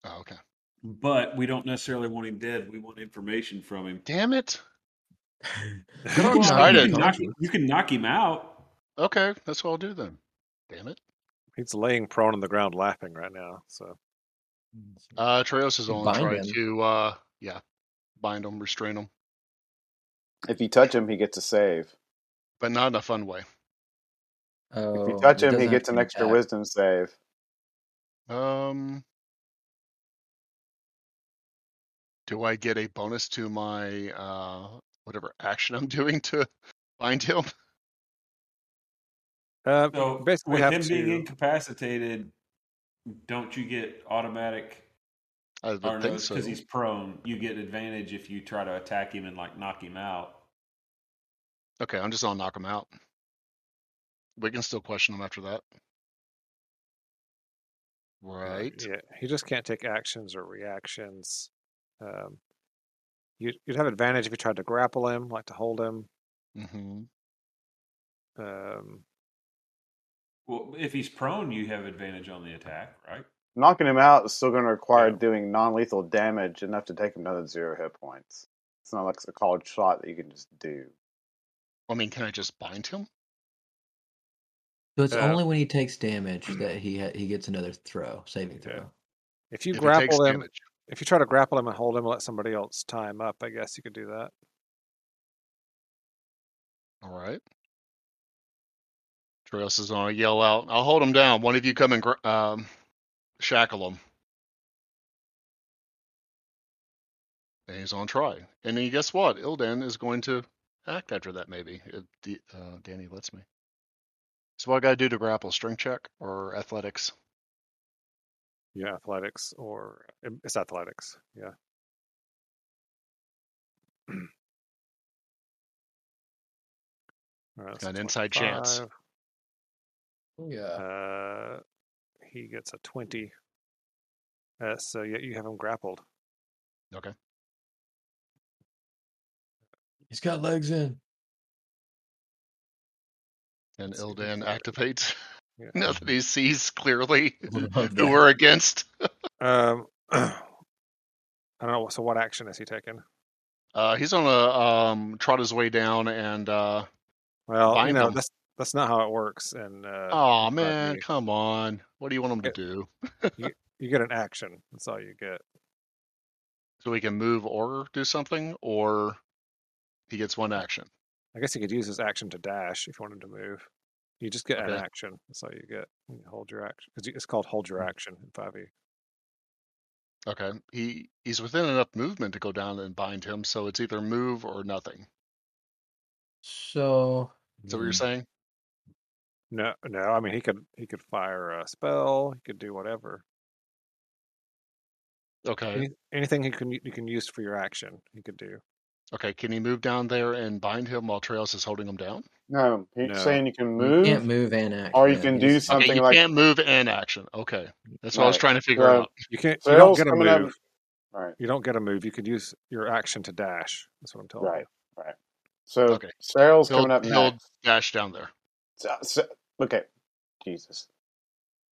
Speaker 2: Oh, okay.
Speaker 1: But we don't necessarily want him dead. We want information from him.
Speaker 2: Damn it.
Speaker 3: Come
Speaker 2: I'm
Speaker 3: on,
Speaker 1: Well,
Speaker 3: knock
Speaker 1: you
Speaker 3: him
Speaker 1: can
Speaker 2: excited.
Speaker 3: out.
Speaker 1: knock
Speaker 4: Told
Speaker 1: him,
Speaker 4: you.
Speaker 1: you can knock him out.
Speaker 2: Okay, that's what I'll do then. Damn it.
Speaker 4: He's laying prone on the ground, laughing right now. So
Speaker 2: Uh Treos is only
Speaker 3: Bind
Speaker 2: trying
Speaker 3: him.
Speaker 2: to uh yeah, bind him, restrain him.
Speaker 5: If you touch him, he gets a save.
Speaker 2: But not in a fun way.
Speaker 5: If you
Speaker 3: Oh,
Speaker 5: touch
Speaker 3: it
Speaker 5: him,
Speaker 3: doesn't
Speaker 5: he
Speaker 3: have
Speaker 5: gets
Speaker 3: to
Speaker 5: an
Speaker 3: be
Speaker 5: extra
Speaker 3: attacked.
Speaker 5: wisdom save.
Speaker 2: Um do I get a bonus to my uh whatever action I'm [laughs] doing to bind him?
Speaker 4: uh, you
Speaker 1: So
Speaker 4: basically
Speaker 1: with
Speaker 4: have
Speaker 1: him being
Speaker 4: to.
Speaker 1: incapacitated, don't you get automatic?
Speaker 2: I would
Speaker 1: Or no,
Speaker 2: think
Speaker 1: it's because
Speaker 2: so.
Speaker 1: he's prone. You get advantage if you try to attack him and like knock him out.
Speaker 2: Okay, I'm just gonna knock him out. We can still question him after that.
Speaker 4: Uh,
Speaker 2: Right.
Speaker 4: yeah, he just can't take actions or reactions. Um, you'd, you'd have advantage if you tried to grapple him, like to hold him.
Speaker 2: hmm
Speaker 4: Um,
Speaker 1: Well, if he's prone, you have advantage on the attack, right?
Speaker 5: Knocking him out is still going to require
Speaker 1: Yeah.
Speaker 5: doing non lethal damage enough to take him down to zero hit points. It's not like it's a college shot that you can just do.
Speaker 2: I mean, can I just bind him?
Speaker 3: So it's
Speaker 4: uh,
Speaker 3: only when he takes damage that he ha- he gets another throw, saving
Speaker 4: yeah.
Speaker 3: throw.
Speaker 4: If you
Speaker 2: If he takes
Speaker 4: grapple him,
Speaker 2: damage.
Speaker 4: if you try to grapple him and hold him and let somebody else tie him up, I guess you could do that.
Speaker 2: All right. Trails is gonna yell out, "I'll hold him down. One of you come and gra- um, shackle him." And he's on try. And then guess what? Ildan is going to act after that. Maybe if D- uh, Danny lets me. So what I gotta do to grapple? Strength check or athletics?
Speaker 4: Yeah, athletics or um, it's athletics. Yeah. [clears throat] All right, that's
Speaker 2: Got
Speaker 4: a
Speaker 2: an inside chance.
Speaker 4: twenty-five.
Speaker 3: Yeah.
Speaker 4: Uh, he gets a twenty. Uh, so yeah, you have him grappled.
Speaker 2: Okay.
Speaker 3: He's got legs in. [laughs]
Speaker 2: And
Speaker 4: Let's see if he can
Speaker 2: Ildan
Speaker 4: do it.
Speaker 2: activates.
Speaker 4: Yeah.
Speaker 2: [laughs] now that he sees clearly
Speaker 3: Love
Speaker 2: who
Speaker 3: that.
Speaker 2: we're against.
Speaker 4: Um, [clears throat] I don't know. So what action has he taken?
Speaker 2: Uh, he's gonna um, trot his way down and uh,
Speaker 4: Well, you
Speaker 2: bind
Speaker 4: know
Speaker 2: him.
Speaker 4: that's that's not how it works in uh,
Speaker 2: Oh
Speaker 4: in five
Speaker 2: man,
Speaker 4: E.
Speaker 2: come on! What do you want him to
Speaker 4: It,
Speaker 2: do?
Speaker 4: you you get an action. That's all you get.
Speaker 2: So he can move or do something, or he gets one action.
Speaker 4: I guess you could use his action to dash if you wanted to move. You just get an
Speaker 2: Okay.
Speaker 4: action. That's all you get. You hold your action. It's it's called hold your
Speaker 2: Mm.
Speaker 4: action in E. 5e.
Speaker 2: Okay. He he's within enough movement to go down and bind him, so it's either move or nothing.
Speaker 3: So,
Speaker 2: Is that what you're
Speaker 3: hmm,
Speaker 2: saying?
Speaker 4: No, no. I mean, he could he could fire a spell. He could do whatever.
Speaker 2: Okay.
Speaker 4: Any, anything he can you can use for your action. He could do.
Speaker 2: Okay. Can he move down there and bind him while Trails is holding him down?
Speaker 5: No, he's
Speaker 4: No.
Speaker 5: saying you can
Speaker 3: you can't move
Speaker 5: move
Speaker 3: and act.
Speaker 5: or you
Speaker 3: Yeah,
Speaker 5: can
Speaker 3: he
Speaker 5: do
Speaker 3: doesn't have.
Speaker 2: Okay,
Speaker 5: something
Speaker 2: you
Speaker 5: like
Speaker 2: can't move and action. Okay. That's what I was
Speaker 5: right.
Speaker 2: trying to figure
Speaker 5: So
Speaker 2: out.
Speaker 4: You can't. You don't
Speaker 5: Sarah's
Speaker 4: get a
Speaker 5: coming up.
Speaker 4: move.
Speaker 5: Right,
Speaker 4: You don't get a move. You could use your action to dash. That's what I'm telling you.
Speaker 5: right, right. So
Speaker 2: Okay.
Speaker 5: Sarah's
Speaker 2: He'll
Speaker 5: coming up
Speaker 2: he'll
Speaker 5: next.
Speaker 2: dash down there.
Speaker 5: So, so, okay, Jesus.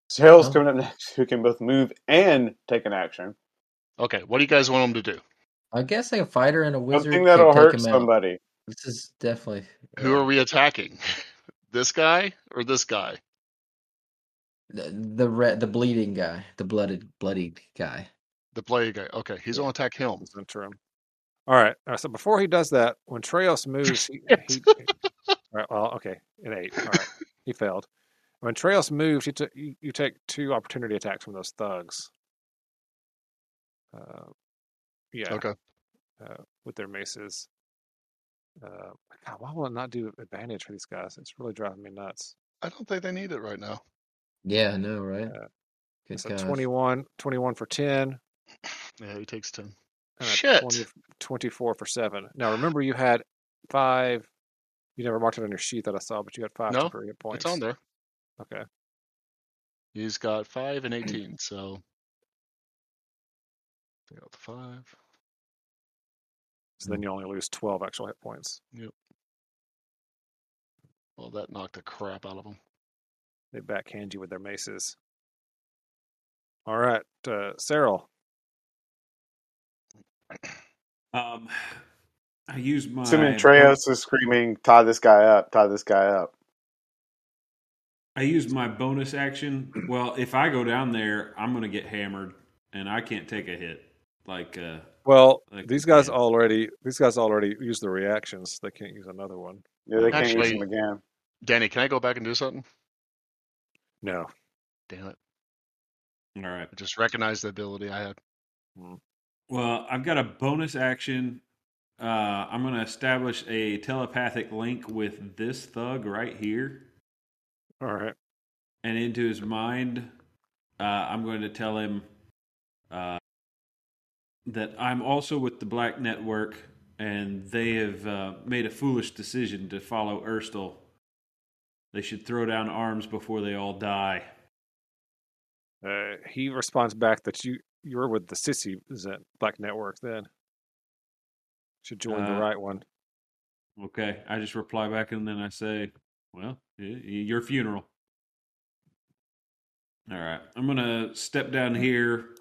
Speaker 5: Sarah's
Speaker 3: Huh?
Speaker 5: coming up next, who can both move and take an action.
Speaker 2: Okay, what do you guys want him to do?
Speaker 3: I guess a fighter and a
Speaker 5: Something
Speaker 3: wizard could
Speaker 5: that'll
Speaker 3: take
Speaker 5: hurt
Speaker 3: him out.
Speaker 5: somebody.
Speaker 3: This is definitely
Speaker 2: Who
Speaker 3: yeah.
Speaker 2: are we attacking? [laughs] This guy or this guy?
Speaker 3: The the red, the bleeding guy, the blooded, bloodied guy. the-
Speaker 2: The player guy. Okay, he's
Speaker 4: Yeah.
Speaker 2: gonna attack him.
Speaker 4: It's interim. All right. All right. So before he does that, when Treos moves, he he. All right, well, okay, an eight. All right, he failed. When Trails moves, you, t- you you take two opportunity attacks from those thugs. Uh, yeah,
Speaker 2: Okay.
Speaker 4: uh, with their maces. Uh, God, why will it not do advantage for these guys? It's really driving me nuts.
Speaker 2: I don't think they need it right now.
Speaker 3: Yeah, I know, right?
Speaker 4: Yeah.
Speaker 3: Good
Speaker 4: so
Speaker 3: gosh.
Speaker 4: 21, 21 for 10.
Speaker 2: Yeah, he takes ten.
Speaker 4: and a
Speaker 2: Shit.
Speaker 4: 20 24 for 7. Now, remember, you had five. You never marked it on your sheet that I saw, but you had five
Speaker 2: No,
Speaker 4: temporary hit points.
Speaker 2: It's on there.
Speaker 4: Okay.
Speaker 2: He's got five and eighteen, so take out the five.
Speaker 4: So
Speaker 2: Mm-hmm.
Speaker 4: then you only lose 12 actual hit points.
Speaker 2: Well, that knocked the crap out of him.
Speaker 4: They backhand you with their maces. All right, uh, Cyril.
Speaker 1: Um, I used my.
Speaker 5: Assuming Treos is screaming, tie this guy up, tie this guy up.
Speaker 1: I used my bonus action. Well, if I go down there, I'm going to get hammered, and I can't take a hit. Like, uh,
Speaker 4: Well,
Speaker 1: Like,
Speaker 4: these guys
Speaker 1: yeah.
Speaker 4: already these guys already use the reactions. They can't use another one.
Speaker 5: Yeah, they can't use
Speaker 2: Actually-
Speaker 5: him again.
Speaker 2: Danny, can I go back and do something?
Speaker 4: No.
Speaker 2: Damn it!
Speaker 1: all right.
Speaker 2: I just recognized the ability I had.
Speaker 1: Well, I've got a bonus action. Uh, I'm going to establish a telepathic link with this thug right here,
Speaker 4: All right.
Speaker 1: and into his mind, uh, I'm going to tell him uh, that I'm also with the Black Network, and they have uh, made a foolish decision to follow Erstal. They should throw down arms before they all die.
Speaker 4: Uh, he responds back that you you're with the sissy Zet Black Network. Then should join the
Speaker 1: Uh,
Speaker 4: right one.
Speaker 1: Okay, I just reply back and then I say, "Well, y- y- your funeral." All right, I'm gonna step down here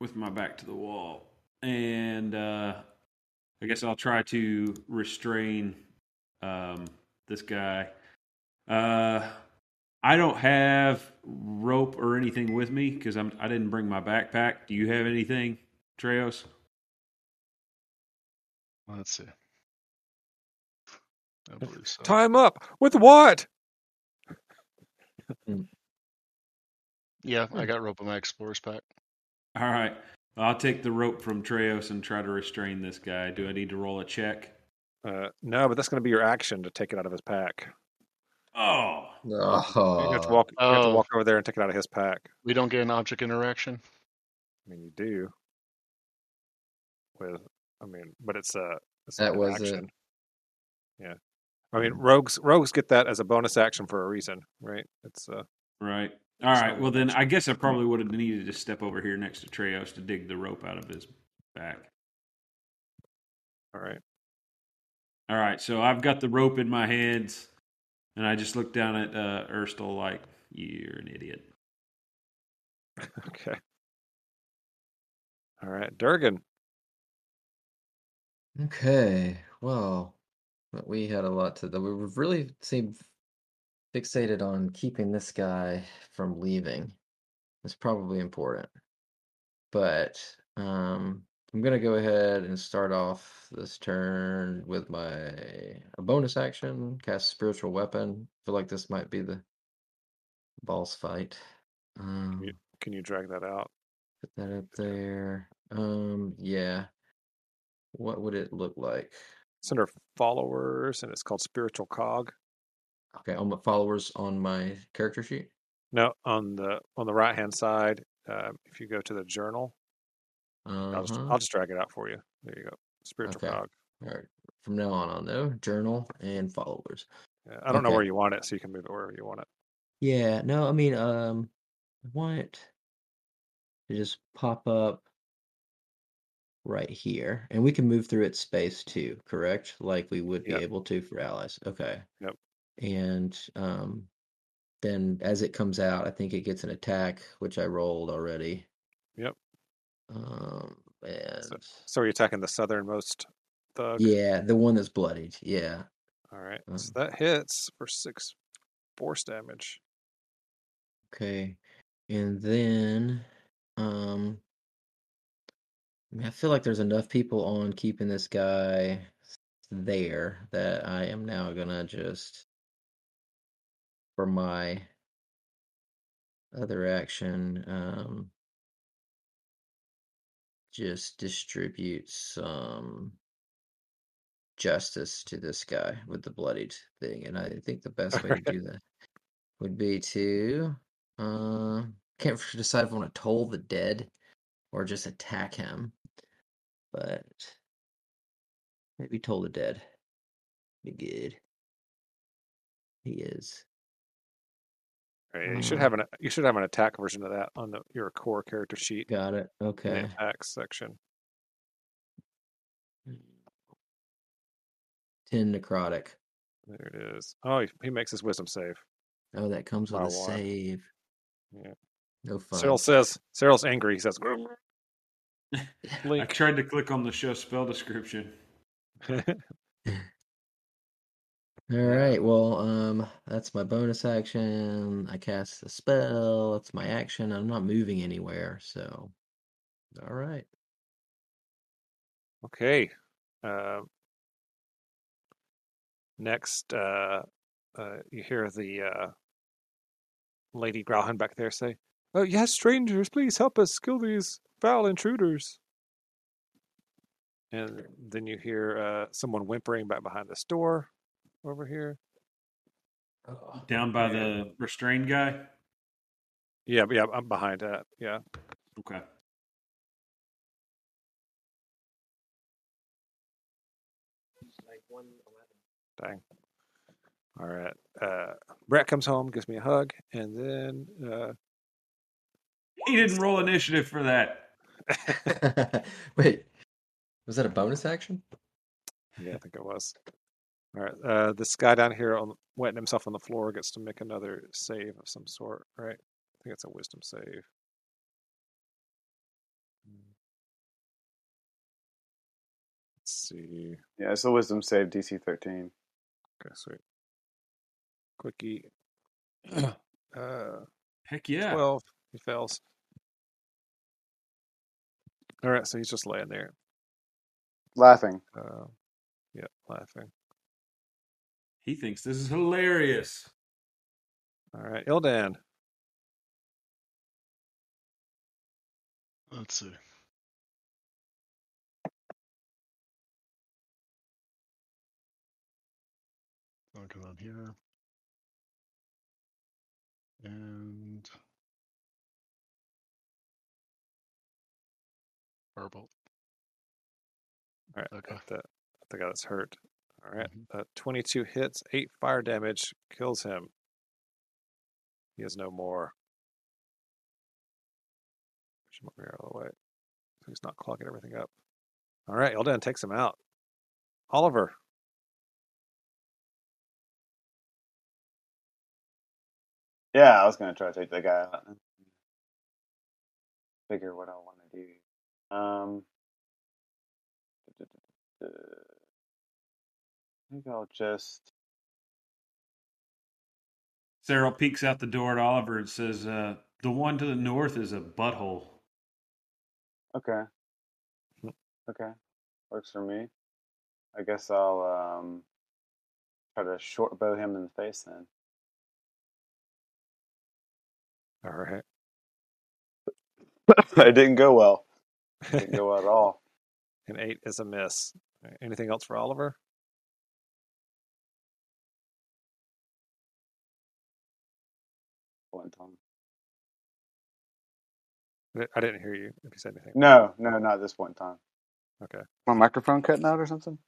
Speaker 1: with my back to the wall, and uh, I guess I'll try to restrain um, this guy. Uh, I don't have rope or anything with me because I'm I didn't bring my backpack. Do you have anything, Treos?
Speaker 2: Let's see. I believe so.
Speaker 4: Tie him up with what?
Speaker 2: Yeah, I got rope in my explorer's pack.
Speaker 1: All right. I'll take the rope from Treos and try to restrain this guy. Do I need to roll a check?
Speaker 4: Uh, no, but that's going to be your action to take it out of his pack.
Speaker 1: Oh,
Speaker 4: You have to
Speaker 3: Oh,
Speaker 4: walk. You have to
Speaker 2: Oh.
Speaker 4: walk over there and take it out of his pack.
Speaker 2: We don't get an object interaction.
Speaker 4: I mean, you do. With, I mean, but it's a it's
Speaker 3: That
Speaker 4: an
Speaker 3: was it. Hmm.
Speaker 4: action. Yeah, I mean, rogues rogues get that as a bonus action for a reason, right? It's uh,
Speaker 1: right. All right. Well, then I guess I probably would have needed to step over here next to Treos to dig the rope out of his back.
Speaker 4: all right. [laughs]
Speaker 1: All right. So I've got the rope in my hands, and I just look down at uh, Erstal like, you're an idiot.
Speaker 4: Okay. All right, Durgan.
Speaker 3: okay. Well, but we had a lot to. We were really seemed fixated on keeping this guy from leaving. It's probably important, but um, I'm gonna go ahead and start off this turn with my a bonus action, cast spiritual weapon. feel like this might be the boss fight. Um,
Speaker 4: Can you drag that out?
Speaker 3: Put that up there. Um, yeah. What would it look like?
Speaker 4: It's under followers, and it's called Spiritual Cog.
Speaker 3: Okay, on my followers on my character sheet.
Speaker 4: No, on the on the right hand side, uh, if you go to the journal, I'll just
Speaker 3: Uh-huh.
Speaker 4: I'll just drag it out for you. There you go. Spiritual
Speaker 3: Okay.
Speaker 4: Cog.
Speaker 3: All right. From now on, on though, journal and followers.
Speaker 4: Yeah, I don't know
Speaker 3: Okay.
Speaker 4: where you want it, so you can move it wherever you want it.
Speaker 3: Yeah. No, I mean, um, I want it to just pop up right here, and we can move through its space too. Correct? Like we would be
Speaker 4: Yep.
Speaker 3: able to for allies. Okay.
Speaker 4: Yep.
Speaker 3: And um, then as it comes out, I think it gets an attack, which I rolled already.
Speaker 4: Yep.
Speaker 3: Um, and
Speaker 4: So are you attacking the southernmost thug?
Speaker 3: yeah, the one that's bloodied. Yeah.
Speaker 4: All right. So
Speaker 3: Um,
Speaker 4: that hits for six force damage.
Speaker 3: okay. And then, um, I mean, I feel like there's enough people on keeping this guy there that I am now gonna just for my other action, um, just distribute some justice to this guy with the bloodied thing, and I think the best way
Speaker 4: Alright.
Speaker 3: to do that would be to uh can't f- decide if I want to toll the dead or just attack him, but maybe toll the dead. Be good. He is.
Speaker 4: Right, You should
Speaker 3: Uh,
Speaker 4: have an you should have an attack version of that on the your core character sheet
Speaker 3: got it.
Speaker 4: in the
Speaker 3: Okay.
Speaker 4: attack section.
Speaker 3: Ten necrotic.
Speaker 4: There it is. Oh, he, he makes his wisdom save.
Speaker 3: Oh, that comes with
Speaker 4: By
Speaker 3: a
Speaker 4: one.
Speaker 3: save.
Speaker 4: Yeah.
Speaker 3: No fun.
Speaker 4: Cyril says Cyril's angry.
Speaker 3: [laughs]
Speaker 4: He says "Grr,
Speaker 1: I
Speaker 4: blink.
Speaker 1: tried to click on the show spell description.
Speaker 3: All right. Well, um, that's my bonus action. I cast the spell. That's my action. I'm not moving anywhere. So, all right.
Speaker 4: okay. Uh, next, uh, uh, you hear the uh, Lady Grauhan back there say, "Oh yes, strangers, please help us kill these foul intruders." And then you hear uh, someone whimpering back behind this door over here.
Speaker 3: [laughs] Oh.
Speaker 1: Down by
Speaker 4: And-
Speaker 1: the restrained guy.
Speaker 4: Yeah, but yeah, I'm behind that. Yeah.
Speaker 1: Okay.
Speaker 4: Dang. All right. Uh, Brett comes home, gives me a hug, and then uh,
Speaker 1: He didn't roll initiative for that.
Speaker 3: Wait, was that a bonus action?
Speaker 4: yeah, I think it was. All right. Uh, this guy down here on wetting himself on the floor gets to make another save of some sort, right? I think it's a wisdom save. Hmm. Let's see.
Speaker 5: Yeah, it's a wisdom save DC 13.
Speaker 4: Okay, sweet. Quickie. uh,
Speaker 1: Heck yeah.
Speaker 4: 12. He fails. All right, so he's just laying there,
Speaker 5: Laughing.
Speaker 4: uh, yeah, laughing.
Speaker 1: He thinks this is hilarious.
Speaker 4: All right, Ildan.
Speaker 2: Let's see. I'll come on here. And Firebolt.
Speaker 4: All right,
Speaker 2: Okay.
Speaker 4: at the at the guy that's hurt. All right,
Speaker 2: Mhm.
Speaker 4: uh, twenty-two hits, eight fire damage, kills him. He has no more. Push him over here all the way. So he's not clogging everything up. All right, Eldan takes him out. Oliver.
Speaker 5: Yeah, I was going to try to take that guy out. Figure what I want to do. Um, I think I'll just.
Speaker 1: Cyril peeks out the door at Oliver and says, uh, The one to the north is a butthole.
Speaker 5: Okay, okay. Works for me. I guess I'll um, try to short bow him in the face then.
Speaker 4: All right.
Speaker 5: it didn't go well. Didn't go well at all.
Speaker 4: An eight is a miss. All right, Anything else for Oliver?
Speaker 5: One time.
Speaker 4: I I didn't hear you if you said anything.
Speaker 5: No, no, not this one time.
Speaker 4: Okay.
Speaker 5: My microphone cutting out or something?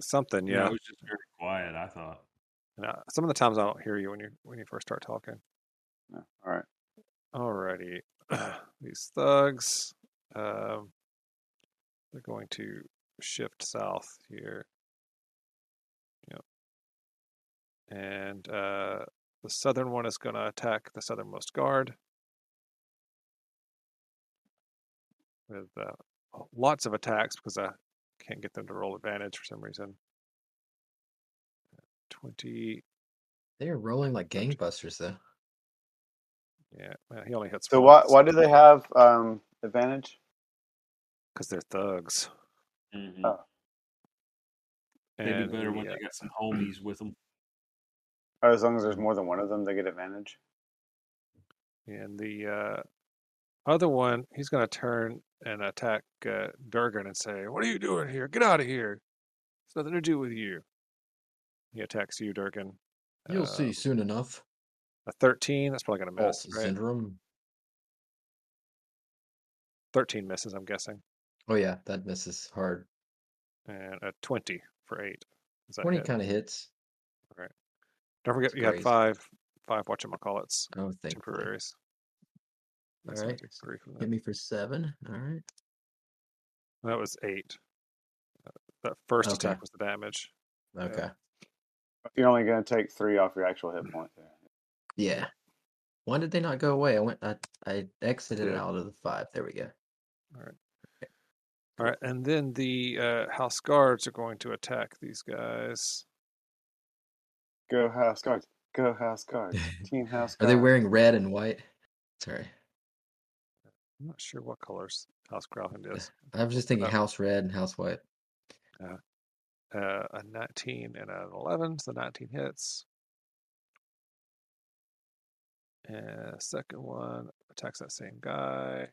Speaker 4: Something,
Speaker 1: Yeah,
Speaker 4: yeah.
Speaker 1: it was just very quiet, I thought.
Speaker 4: And I, some of the times I don't hear you when you when you first start talking.
Speaker 5: No. All right.
Speaker 4: Alrighty. [clears throat] These thugs. Um, they're going to shift south here. Yep. And uh, the southern one is going to attack the southernmost guard with uh, lots of attacks because I can't get them to roll advantage for some reason. 20.
Speaker 3: They are rolling like gangbusters, though.
Speaker 4: Yeah, man, he only hits
Speaker 5: So why
Speaker 4: once
Speaker 5: why do they have um advantage?
Speaker 4: because they're thugs.
Speaker 1: Mhm.
Speaker 3: Mm-hmm.
Speaker 5: Oh,
Speaker 1: They do
Speaker 4: And
Speaker 1: better
Speaker 4: he,
Speaker 1: when
Speaker 4: uh,
Speaker 1: they got some homies with them.
Speaker 5: Oh, as long as there's more than one of them, they get advantage.
Speaker 4: And the uh, other one, he's going to turn and attack uh, Durgan and say, What are you doing here? Get out of here. It's nothing to do with you. He attacks you, Durkin.
Speaker 3: You'll
Speaker 4: Uh,
Speaker 3: see soon enough.
Speaker 4: A 13, that's probably going to miss.
Speaker 3: False
Speaker 4: right?
Speaker 3: syndrome.
Speaker 4: 13 misses, I'm guessing.
Speaker 3: Oh yeah, that misses hard.
Speaker 4: And a 20 for 8. Is that
Speaker 3: Twenty
Speaker 4: hit?
Speaker 3: kind of hits.
Speaker 4: Don't forget,
Speaker 3: It's
Speaker 4: you had
Speaker 3: crazy.
Speaker 4: five five whatchamacallits,
Speaker 3: Oh, thank
Speaker 4: temporaries. That's
Speaker 3: Alright.
Speaker 4: another three from that.
Speaker 3: Hit me for seven. All right.
Speaker 4: That was eight. Uh, That first
Speaker 3: Okay.
Speaker 4: attack was the damage. Yeah.
Speaker 3: Okay.
Speaker 5: You're only going to take three off your actual hit point there.
Speaker 3: Yeah. Why did they not go away? I went. I I exited
Speaker 4: Yeah.
Speaker 3: out of the five. There we go.
Speaker 4: All right, and then the uh, house guards are going to attack these guys.
Speaker 5: Go house guards. Go house guards. Team house
Speaker 3: Are
Speaker 5: guards.
Speaker 3: they wearing red and white? Sorry,
Speaker 4: I'm not sure what colors House Growlhound is.
Speaker 3: I was just thinking
Speaker 4: Oh.
Speaker 3: house red and house white.
Speaker 4: Uh, a 19 and an 11, so 19 hits. And second one attacks that same guy.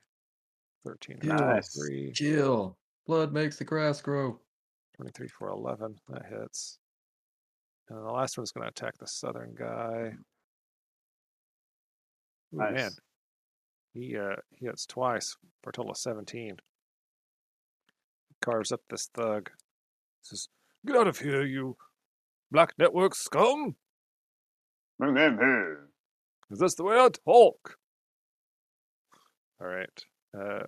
Speaker 4: 13 and
Speaker 3: Ew.
Speaker 5: Nice.
Speaker 4: 23,
Speaker 3: Jill, blood makes the grass grow. [laughs]
Speaker 4: 23 for 11. That hits. And the last one's going to attack the southern guy. Ooh,
Speaker 5: Nice.
Speaker 4: man, he uh, he hits twice for a total of 17. Carves up this thug. Says, "Get out of here, you Black Network scum! Is this the way I talk?" All right, uh,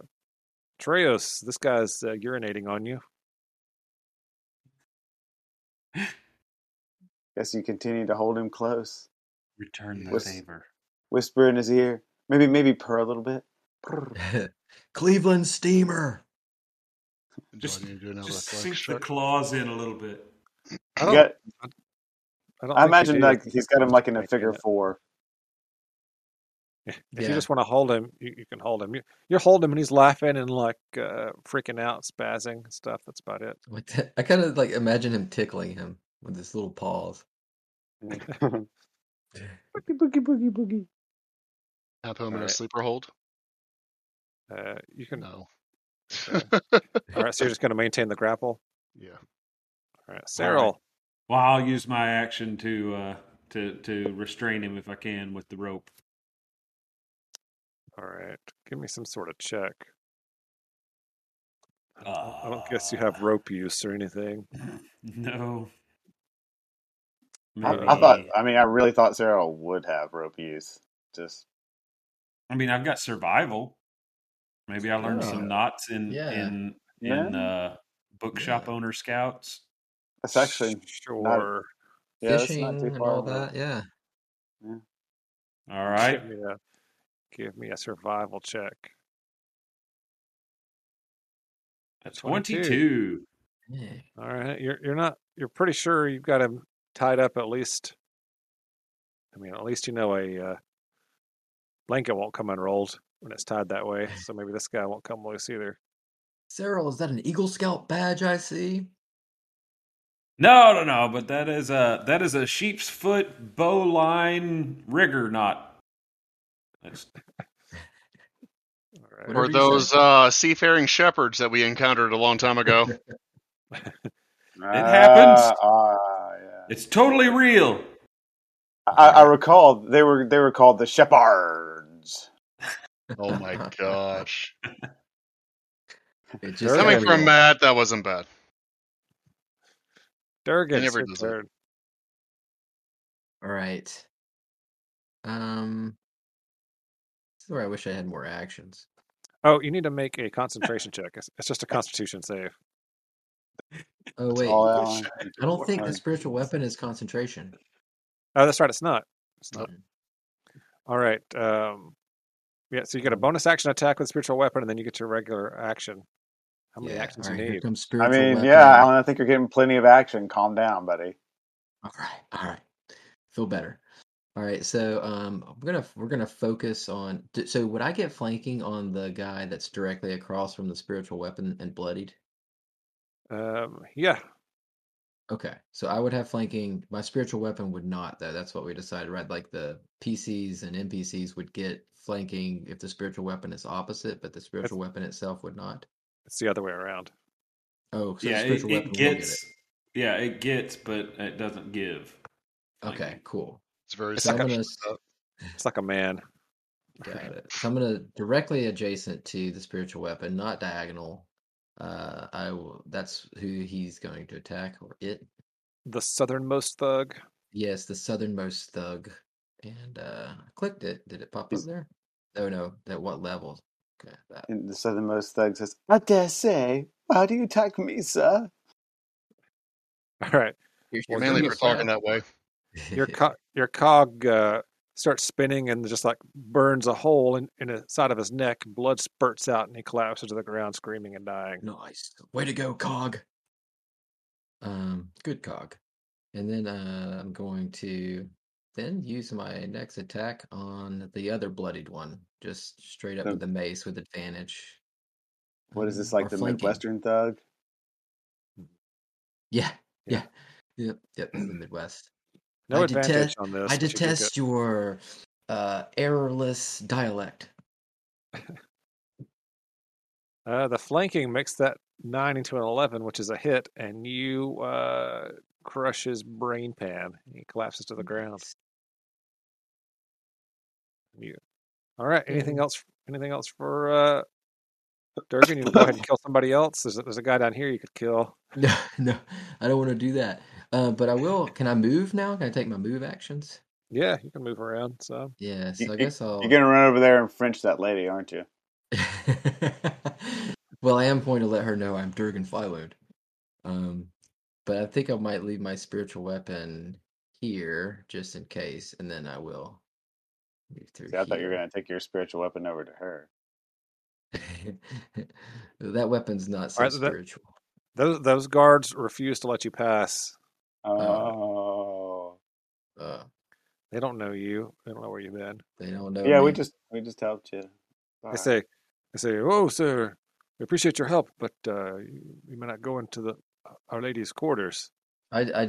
Speaker 4: Treos, this guy's uh, urinating on you.
Speaker 5: Guess you continue to hold him close.
Speaker 1: Return the
Speaker 5: Yes.
Speaker 1: favor.
Speaker 5: Whisper in his ear. Maybe, maybe purr a little bit. Purr.
Speaker 3: Cleveland steamer.
Speaker 2: Do
Speaker 1: Just-
Speaker 2: I need to do another
Speaker 6: Just
Speaker 2: athletics
Speaker 6: sink the
Speaker 2: check?
Speaker 6: claws in a little bit.
Speaker 4: I
Speaker 5: You
Speaker 4: don't.
Speaker 5: got,
Speaker 4: I don't.
Speaker 5: I
Speaker 4: think you
Speaker 5: imagine
Speaker 4: do.
Speaker 5: like
Speaker 4: think
Speaker 5: he's
Speaker 4: you're
Speaker 5: got him
Speaker 4: supposed
Speaker 5: like
Speaker 4: to [laughs]
Speaker 5: in a
Speaker 4: maintain
Speaker 5: figure
Speaker 4: it.
Speaker 5: four.
Speaker 4: If
Speaker 3: Yeah.
Speaker 4: you just want to hold him, you, you can hold him. You, you're holding him, and he's laughing and like uh, freaking out, spazzing and stuff. That's about it.
Speaker 3: What the- I kind of like [laughs] imagine him tickling him with his little paws.
Speaker 5: [laughs] boogie, boogie, boogie, boogie.
Speaker 2: Have him
Speaker 4: All
Speaker 2: in a
Speaker 4: right.
Speaker 2: sleeper hold?
Speaker 4: Uh, you can.
Speaker 2: No. [laughs]
Speaker 4: Okay. All right, so you're just going to maintain the grapple.
Speaker 2: yeah.
Speaker 4: All right, Cyril.
Speaker 1: Well, I'll use my action to uh, to to restrain him if I can with the rope. [laughs]
Speaker 4: All right, give me some sort of check. I don't, I don't guess you have
Speaker 1: Ah.
Speaker 4: rope use or anything.
Speaker 1: No.
Speaker 5: I,
Speaker 1: Maybe.
Speaker 5: I thought.
Speaker 4: Uh,
Speaker 5: I mean, I really thought Sarah would have rope use. Just
Speaker 1: I mean, I've got survival. Maybe I learned
Speaker 3: Oh,
Speaker 1: some knots in
Speaker 3: yeah.
Speaker 1: in in
Speaker 5: no.
Speaker 1: uh, bookshop
Speaker 3: Yeah.
Speaker 1: owner scouts.
Speaker 5: That's actually not.
Speaker 4: Sure.
Speaker 5: Yeah, that's not too
Speaker 3: Fishing and
Speaker 5: far
Speaker 3: all
Speaker 5: away.
Speaker 3: that. Yeah.
Speaker 5: Yeah.
Speaker 1: All right.
Speaker 4: Give me a give me a survival check.
Speaker 1: A
Speaker 4: 22.
Speaker 1: 22.
Speaker 3: Yeah.
Speaker 4: All right, you're you're not you're pretty sure you've got him tied up at least. I mean, at least you know a uh, blanket won't come unrolled when it's tied that way. So maybe this guy won't come loose either.
Speaker 3: Cyril, is that an Eagle Scout badge I see?
Speaker 1: No, no, no, but that is a that is a sheep's foot bowline rigger knot. That's
Speaker 4: All right.
Speaker 2: Or
Speaker 3: Whatever you say.
Speaker 2: those uh, seafaring shepherds that we encountered a long time
Speaker 4: [laughs]
Speaker 2: ago.
Speaker 1: It happens.
Speaker 5: Ah, ah, yeah.
Speaker 1: it's totally real.
Speaker 5: I, I
Speaker 3: Alright.
Speaker 5: recall they were they were called the shepherds.
Speaker 2: Oh my gosh.
Speaker 3: It just
Speaker 4: Durgan,
Speaker 2: Coming
Speaker 3: got
Speaker 2: from
Speaker 3: real.
Speaker 2: Matt, that wasn't bad.
Speaker 4: Durgan,
Speaker 2: He
Speaker 4: it's
Speaker 2: never
Speaker 4: your
Speaker 2: does it.
Speaker 4: turn. uh,
Speaker 3: All right. Um, this is where I wish I had more actions.
Speaker 4: Oh, you need to make a concentration check. It's, it's just a Constitution save.
Speaker 3: Oh
Speaker 5: That's
Speaker 3: wait,
Speaker 5: all,
Speaker 6: I wish
Speaker 5: Alan.
Speaker 6: I had
Speaker 3: I don't
Speaker 6: more
Speaker 3: think the
Speaker 5: Right.
Speaker 3: spiritual
Speaker 6: actions.
Speaker 3: weapon is concentration.
Speaker 4: Oh, that's right. It's not. It's not.
Speaker 2: Nope.
Speaker 3: Mm.
Speaker 4: All right. Um, yeah. So you get a
Speaker 3: Um,
Speaker 4: bonus action attack with spiritual weapon, and then you get your regular action. How many
Speaker 3: yeah.
Speaker 4: actions
Speaker 3: All
Speaker 4: you
Speaker 3: right. Here [laughs]
Speaker 4: need?
Speaker 3: comes
Speaker 5: I
Speaker 3: spiritual
Speaker 5: mean, yeah,
Speaker 3: weapon.
Speaker 5: Alan. I think you're getting plenty of action. Calm down, buddy.
Speaker 3: All right. All right. Feel better. All right. So um, I'm gonna we're gonna focus on. d- So would I get flanking on the guy that's directly across from the spiritual weapon and bloodied?
Speaker 4: Um, yeah.
Speaker 3: Okay. So I would have flanking. My spiritual weapon would not, though. That's what we decided, right? Like the PCs and NPCs would get flanking if the spiritual weapon is opposite, but the
Speaker 4: It's,
Speaker 3: spiritual weapon itself would not.
Speaker 4: it's the other way around.
Speaker 3: Oh, so the
Speaker 1: Yeah, it,
Speaker 3: spiritual
Speaker 1: it
Speaker 3: weapon will get it.
Speaker 1: gets Yeah, it gets, but it doesn't give.
Speaker 3: Okay, cool.
Speaker 2: It's very
Speaker 3: So I'm
Speaker 2: simple.
Speaker 3: gonna
Speaker 4: It's like a man.
Speaker 3: Got it. So I'm gonna directly adjacent to the spiritual weapon, not diagonal. Uh, I will. That's who he's going to attack, or it.
Speaker 4: The southernmost thug. [laughs]
Speaker 3: Yes, the southernmost thug. And uh, I clicked it. Did it pop up
Speaker 5: Is-
Speaker 3: there? No, no. At what level? Okay, that.
Speaker 5: And the southernmost thug says, I dare say, how do you attack me, sir?
Speaker 4: All right.
Speaker 3: Here's
Speaker 4: Well,
Speaker 2: Mainly
Speaker 4: then
Speaker 2: for talking that way.
Speaker 4: Your
Speaker 3: [laughs]
Speaker 4: co- your cog uh, starts spinning and just like burns a hole in, in the side of his neck. Blood spurts out and he collapses to the ground, screaming and dying.
Speaker 3: Nice. Way to go, Cog. Um, good Cog. And then uh, I'm going to then use my next attack on the other bloodied one, just straight up
Speaker 5: The-
Speaker 3: with the mace with advantage.
Speaker 5: What is this,
Speaker 3: Um,
Speaker 5: like
Speaker 3: or
Speaker 5: the
Speaker 3: flanking.
Speaker 5: Midwestern thug?
Speaker 3: Yeah, yeah,
Speaker 4: Yeah.
Speaker 3: yep, yep. It's the
Speaker 5: [clears throat]
Speaker 3: Midwest.
Speaker 4: No
Speaker 3: I
Speaker 4: advantage
Speaker 3: detest-
Speaker 4: on this.
Speaker 3: I
Speaker 4: but you do
Speaker 3: detest your uh, errorless dialect. [laughs]
Speaker 4: good. Uh, the flanking makes that nine into an eleven, which is a hit, and you uh, crush his brain pan. He collapses to the ground.
Speaker 3: Nice.
Speaker 4: All right. Anything
Speaker 3: Yeah.
Speaker 4: else? Anything else for uh, Durgan? You want to go
Speaker 3: [laughs]
Speaker 4: ahead and kill somebody else? There's a, there's a guy down here you could kill.
Speaker 3: No, no, I don't want to do that. Uh, but I will. Can I move now? Can I take my move actions?
Speaker 4: Yeah, you can move around. So
Speaker 3: Yeah,
Speaker 5: You-
Speaker 3: so I
Speaker 5: you-
Speaker 3: guess I'll.
Speaker 5: You're going to run over there and French that lady, aren't you?
Speaker 3: [laughs] well, I am going to let her know I'm Durgan Flyload. Um, but I think I might leave my spiritual weapon here just in case, and then I will move through
Speaker 5: See, I thought you were
Speaker 3: here.
Speaker 5: going to take your spiritual weapon over to her.
Speaker 3: [laughs] that weapon's not so
Speaker 4: Alright, that-
Speaker 3: spiritual.
Speaker 4: those those guards refuse to let you pass.
Speaker 5: Oh.
Speaker 3: Uh,
Speaker 4: They don't know you. They don't know where you've been.
Speaker 3: they don't know.
Speaker 5: yeah, we
Speaker 3: me.
Speaker 5: just we just helped you.
Speaker 4: They say,
Speaker 5: Sorry.
Speaker 4: they say, "Oh, sir, we appreciate your help, but uh, you, you may not go into the uh, Our Lady's quarters."
Speaker 3: I, I,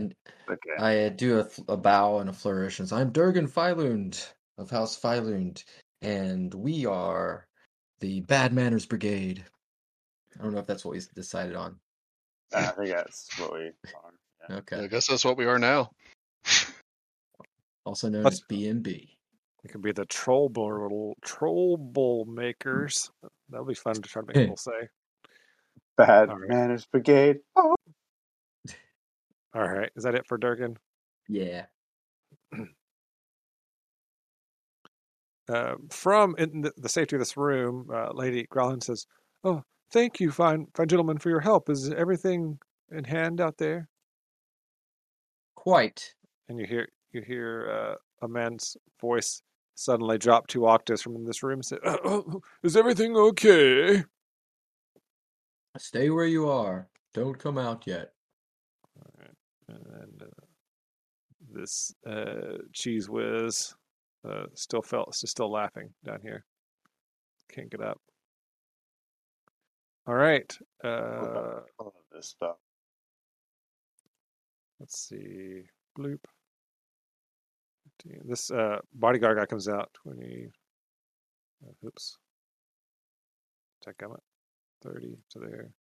Speaker 5: Okay.
Speaker 3: I uh, do a, fl- a bow and a flourish and say, I'm Durgan Fylund of House Fylund, and we are the Bad Manners Brigade. I don't know if that's what we s- decided on.
Speaker 5: I think that's what we are. Yeah.
Speaker 3: Okay.
Speaker 2: I guess that's what we are now. [laughs]
Speaker 3: Also known
Speaker 4: That's-
Speaker 3: as BMB.
Speaker 4: It could be the troll bull, troll bull makers. That'll be fun to try to make people say.
Speaker 5: Bad
Speaker 4: All right.
Speaker 5: Manners Brigade. Oh.
Speaker 4: All right, is that it for Durkin?
Speaker 3: Yeah.
Speaker 4: uh, from in the, the safety of this room, uh, Lady Growlin says, "Oh, thank you, fine, fine gentlemen, for your help. Is everything in hand out there?"
Speaker 3: Quite.
Speaker 4: And you hear you hear uh, a man's voice suddenly drop two octaves from this room. Say, "Uh, uh, [clears throat] "Is everything okay?"
Speaker 3: Stay where you are. Don't come out yet.
Speaker 4: And uh, this uh, cheese whiz uh, still felt still laughing down here. Can't get up. All right. Uh,
Speaker 5: I love this stuff.
Speaker 4: Let's see. Bloop. Damn, This uh, bodyguard guy comes out. 20. Uh, oops. Tech helmet. 30 to there.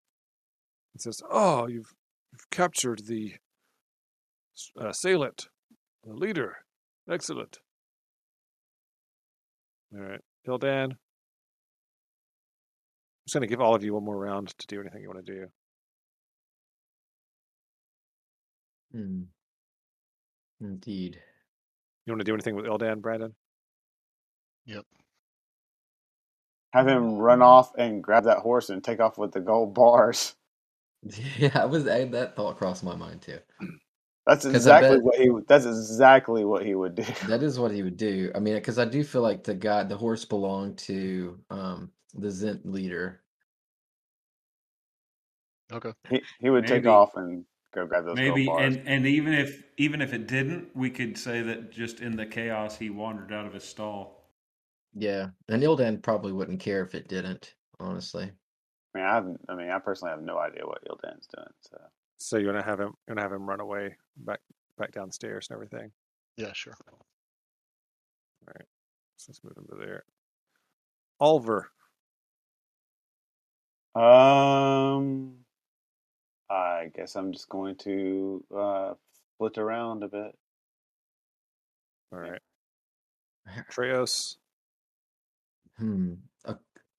Speaker 4: It says, Oh, you've, you've captured the s- uh, assailant, the leader. Excellent. All right. Hildan. I'm just going to give all of you one more round to do anything you want to do.
Speaker 3: Hmm. Indeed. [laughs]
Speaker 4: You want to do anything with Ildan, Brandon?
Speaker 5: Have him run off and grab that horse and take off with the gold bars. [laughs]
Speaker 3: Yeah, I was I, that thought crossed my mind too.
Speaker 5: That's
Speaker 3: 'Cause I
Speaker 5: exactly
Speaker 3: bet-
Speaker 5: what he. That's exactly what he would do.
Speaker 3: That is what he would do. I mean, because I do feel like the guy, the horse belonged to um the Zent leader.
Speaker 2: Okay.
Speaker 5: [laughs] He he would take
Speaker 1: Maybe.
Speaker 5: off and go grab those gold
Speaker 1: Maybe,
Speaker 5: bars.
Speaker 1: and and even if even if it didn't, we could say that just in the chaos he wandered out of his stall.
Speaker 3: Yeah, and Ildan probably wouldn't care if it didn't, honestly.
Speaker 5: I mean, I, have, I mean, I personally have no idea what Ildan's doing. So
Speaker 4: So you want to have him? You want to have him run away back back downstairs and everything?
Speaker 2: Yeah, sure.
Speaker 4: All right. So let's move him to there. Oliver.
Speaker 5: Um, I guess I'm just going to uh, flit around a bit.
Speaker 4: All right. Treos.
Speaker 3: Hmm. Uh,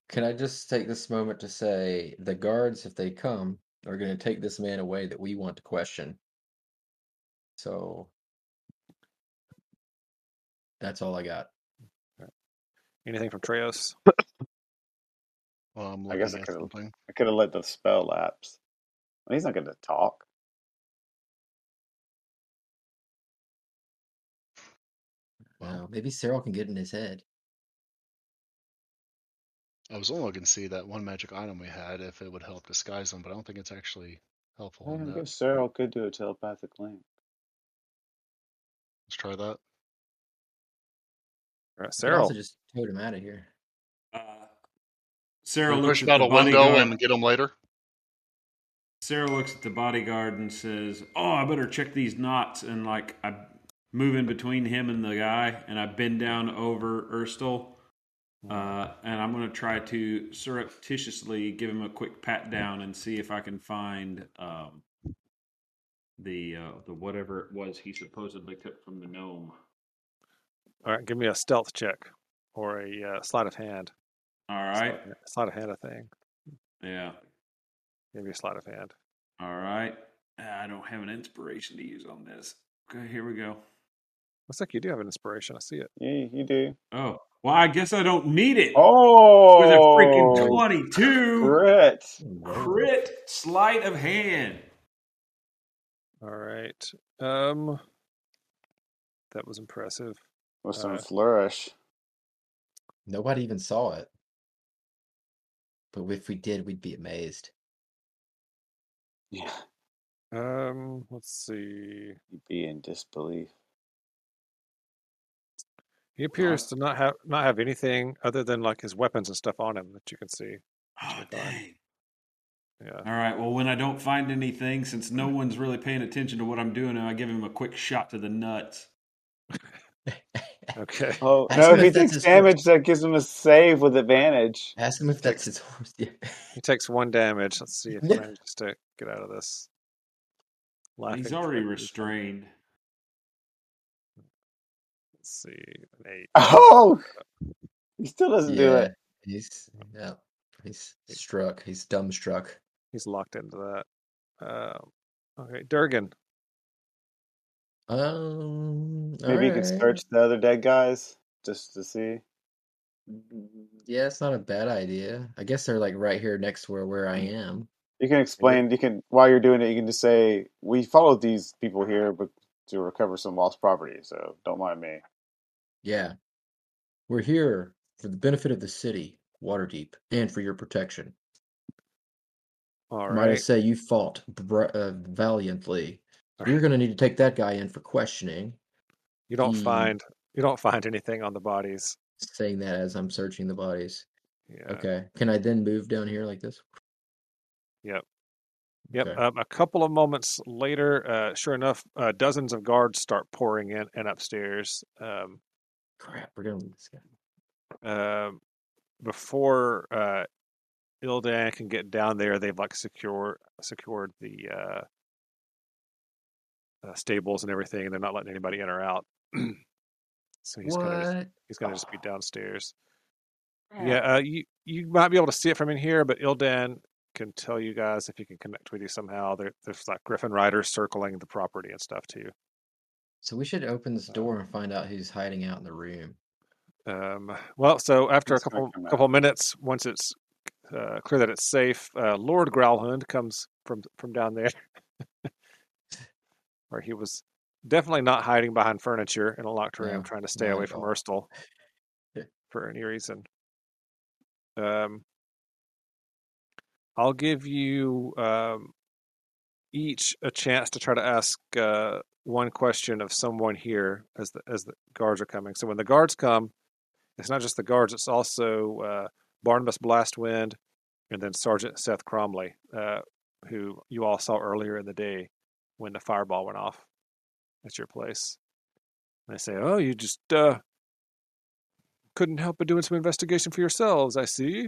Speaker 3: can I just take this moment to say the guards, if they come, are going to take this man away that we want to question. So that's all I got.
Speaker 4: Anything from Treos?
Speaker 2: Well, I'm
Speaker 5: I
Speaker 2: looking
Speaker 5: guess I
Speaker 2: at
Speaker 5: could've-
Speaker 2: something.
Speaker 5: I could have let the spell lapse. Well, he's not going to talk.
Speaker 2: Well.
Speaker 3: Well, maybe Cyril can get in his head.
Speaker 2: I was only looking to see that one magic item we had if it would help disguise them, but I don't think it's actually helpful.
Speaker 1: Oh,
Speaker 5: I
Speaker 2: in that.
Speaker 5: guess Cyril could do a telepathic link.
Speaker 2: Let's try that.
Speaker 4: All right,
Speaker 3: We could also
Speaker 4: Cyril.
Speaker 3: just tote him out of here.
Speaker 1: Uh, Sarah
Speaker 2: we
Speaker 1: looks
Speaker 2: push
Speaker 1: at
Speaker 2: him
Speaker 1: the
Speaker 2: out a window
Speaker 1: bodyguard.
Speaker 2: and get him later.
Speaker 1: Sarah looks at the bodyguard and says, "Oh, I better check these knots." And like I move in between him and the guy, and I bend down over Erstal, uh, and I'm going to try to surreptitiously give him a quick pat down and see if I can find um, the uh, the whatever it was he supposedly took from the gnome.
Speaker 4: All right, give me a stealth check or a uh, sleight of hand.
Speaker 1: All right,
Speaker 4: Sleight- Sleight of hand, I think.
Speaker 1: yeah,
Speaker 4: Maybe a sleight of hand.
Speaker 1: all right. Ah, I don't have an inspiration to use on this. Okay, here we go.
Speaker 4: Looks like you do have an inspiration. I see it.
Speaker 5: Yeah, you do.
Speaker 1: Oh, well, I guess I don't need it.
Speaker 5: Oh,
Speaker 1: with a freaking 22
Speaker 5: crit.
Speaker 3: Lord.
Speaker 1: crit sleight of hand.
Speaker 4: All right. Um, that was impressive.
Speaker 5: With some
Speaker 4: Uh,
Speaker 5: flourish.
Speaker 3: Nobody even saw it. But if we did, we'd be amazed.
Speaker 5: Yeah,
Speaker 4: Um, let's see.
Speaker 5: you'd be in disbelief.
Speaker 4: He appears to not have not have anything other than like his weapons and stuff on him that you can see.
Speaker 1: Oh, dang.
Speaker 4: Yeah.
Speaker 1: All right. Well, when I don't find anything, since no one's really paying attention to what I'm doing, I give him a quick shot to the nuts.
Speaker 4: Okay.
Speaker 5: Oh,
Speaker 3: Ask
Speaker 5: no,
Speaker 3: him
Speaker 5: if he
Speaker 3: if that's
Speaker 5: takes
Speaker 3: his
Speaker 5: damage, that gives him a save with advantage.
Speaker 3: [laughs] Ask him if that's
Speaker 4: Takes-
Speaker 3: his [laughs] horse. Yeah.
Speaker 4: He takes one damage. Let's see if he
Speaker 3: Yeah.
Speaker 4: manages to get out of this. Laughing.
Speaker 1: He's already
Speaker 4: track.
Speaker 1: restrained.
Speaker 4: Let's see. An eight.
Speaker 5: Oh, he still doesn't do
Speaker 3: Yeah,
Speaker 5: it.
Speaker 3: he's yeah, he's struck. He's dumbstruck.
Speaker 4: He's locked into that. Um, okay, Durgan.
Speaker 3: Um. All
Speaker 5: Maybe you could
Speaker 3: right.
Speaker 5: search the other dead guys just to see.
Speaker 3: Yeah, it's not a bad idea. I guess they're like right here next to where where I am.
Speaker 5: You can explain. You can while you're doing it, you can just say we followed these people here, but to recover some lost property. So don't mind me.
Speaker 3: Yeah, we're here for the benefit of the city, Waterdeep, and for your protection.
Speaker 4: All
Speaker 3: Might I
Speaker 4: right.
Speaker 3: say you fought br- uh, valiantly.
Speaker 4: All
Speaker 3: We're
Speaker 4: right.
Speaker 3: going to need to take that guy in for questioning.
Speaker 4: You don't
Speaker 3: He
Speaker 4: find you don't find anything on the bodies.
Speaker 3: saying that as I'm searching the bodies.
Speaker 4: Yeah.
Speaker 3: Okay. Can I then move down here like this?
Speaker 4: Yep. Yep.
Speaker 3: Okay.
Speaker 4: Um, a couple of moments later, uh, sure enough, uh, dozens of guards start pouring in and upstairs. Um,
Speaker 3: Crap, we're going to this guy.
Speaker 4: um before uh, Ildan can get down there, they've like secure secured the uh, uh, stables and everything, and they're not letting anybody in or out. [clears throat] so he's gonna just
Speaker 3: What?
Speaker 4: he's gonna just be
Speaker 5: Oh,
Speaker 4: downstairs.
Speaker 1: Crap.
Speaker 4: Yeah, uh, you you might be able to see it from in here, but Ildan can tell you guys if he can connect with you somehow. There, there's like Griffin Riders circling the property and stuff too.
Speaker 3: So we should open this
Speaker 4: Um,
Speaker 3: door and find out who's hiding out in the room.
Speaker 4: um, well, so after a
Speaker 5: he's gonna
Speaker 4: couple
Speaker 5: come
Speaker 4: couple
Speaker 5: out.
Speaker 4: minutes, once it's uh, clear that it's safe, uh, Lord Growlhund comes from from down there, [laughs] where he was definitely not hiding behind furniture in a locked room,
Speaker 3: No,
Speaker 4: trying to stay
Speaker 3: not
Speaker 4: away
Speaker 3: at
Speaker 4: from
Speaker 3: all.
Speaker 4: Urstel for any reason. Um, I'll give you um, each a chance to try to ask uh, one question of someone here as the as the guards are coming. So when the guards come, it's not just the guards; it's also uh, Barnabas Blastwind and then Sergeant Seth Cromley, uh, who you all saw earlier in the day when the fireball went off at your place. And they say, "Oh, you just uh, couldn't help but doing some investigation for yourselves. I see."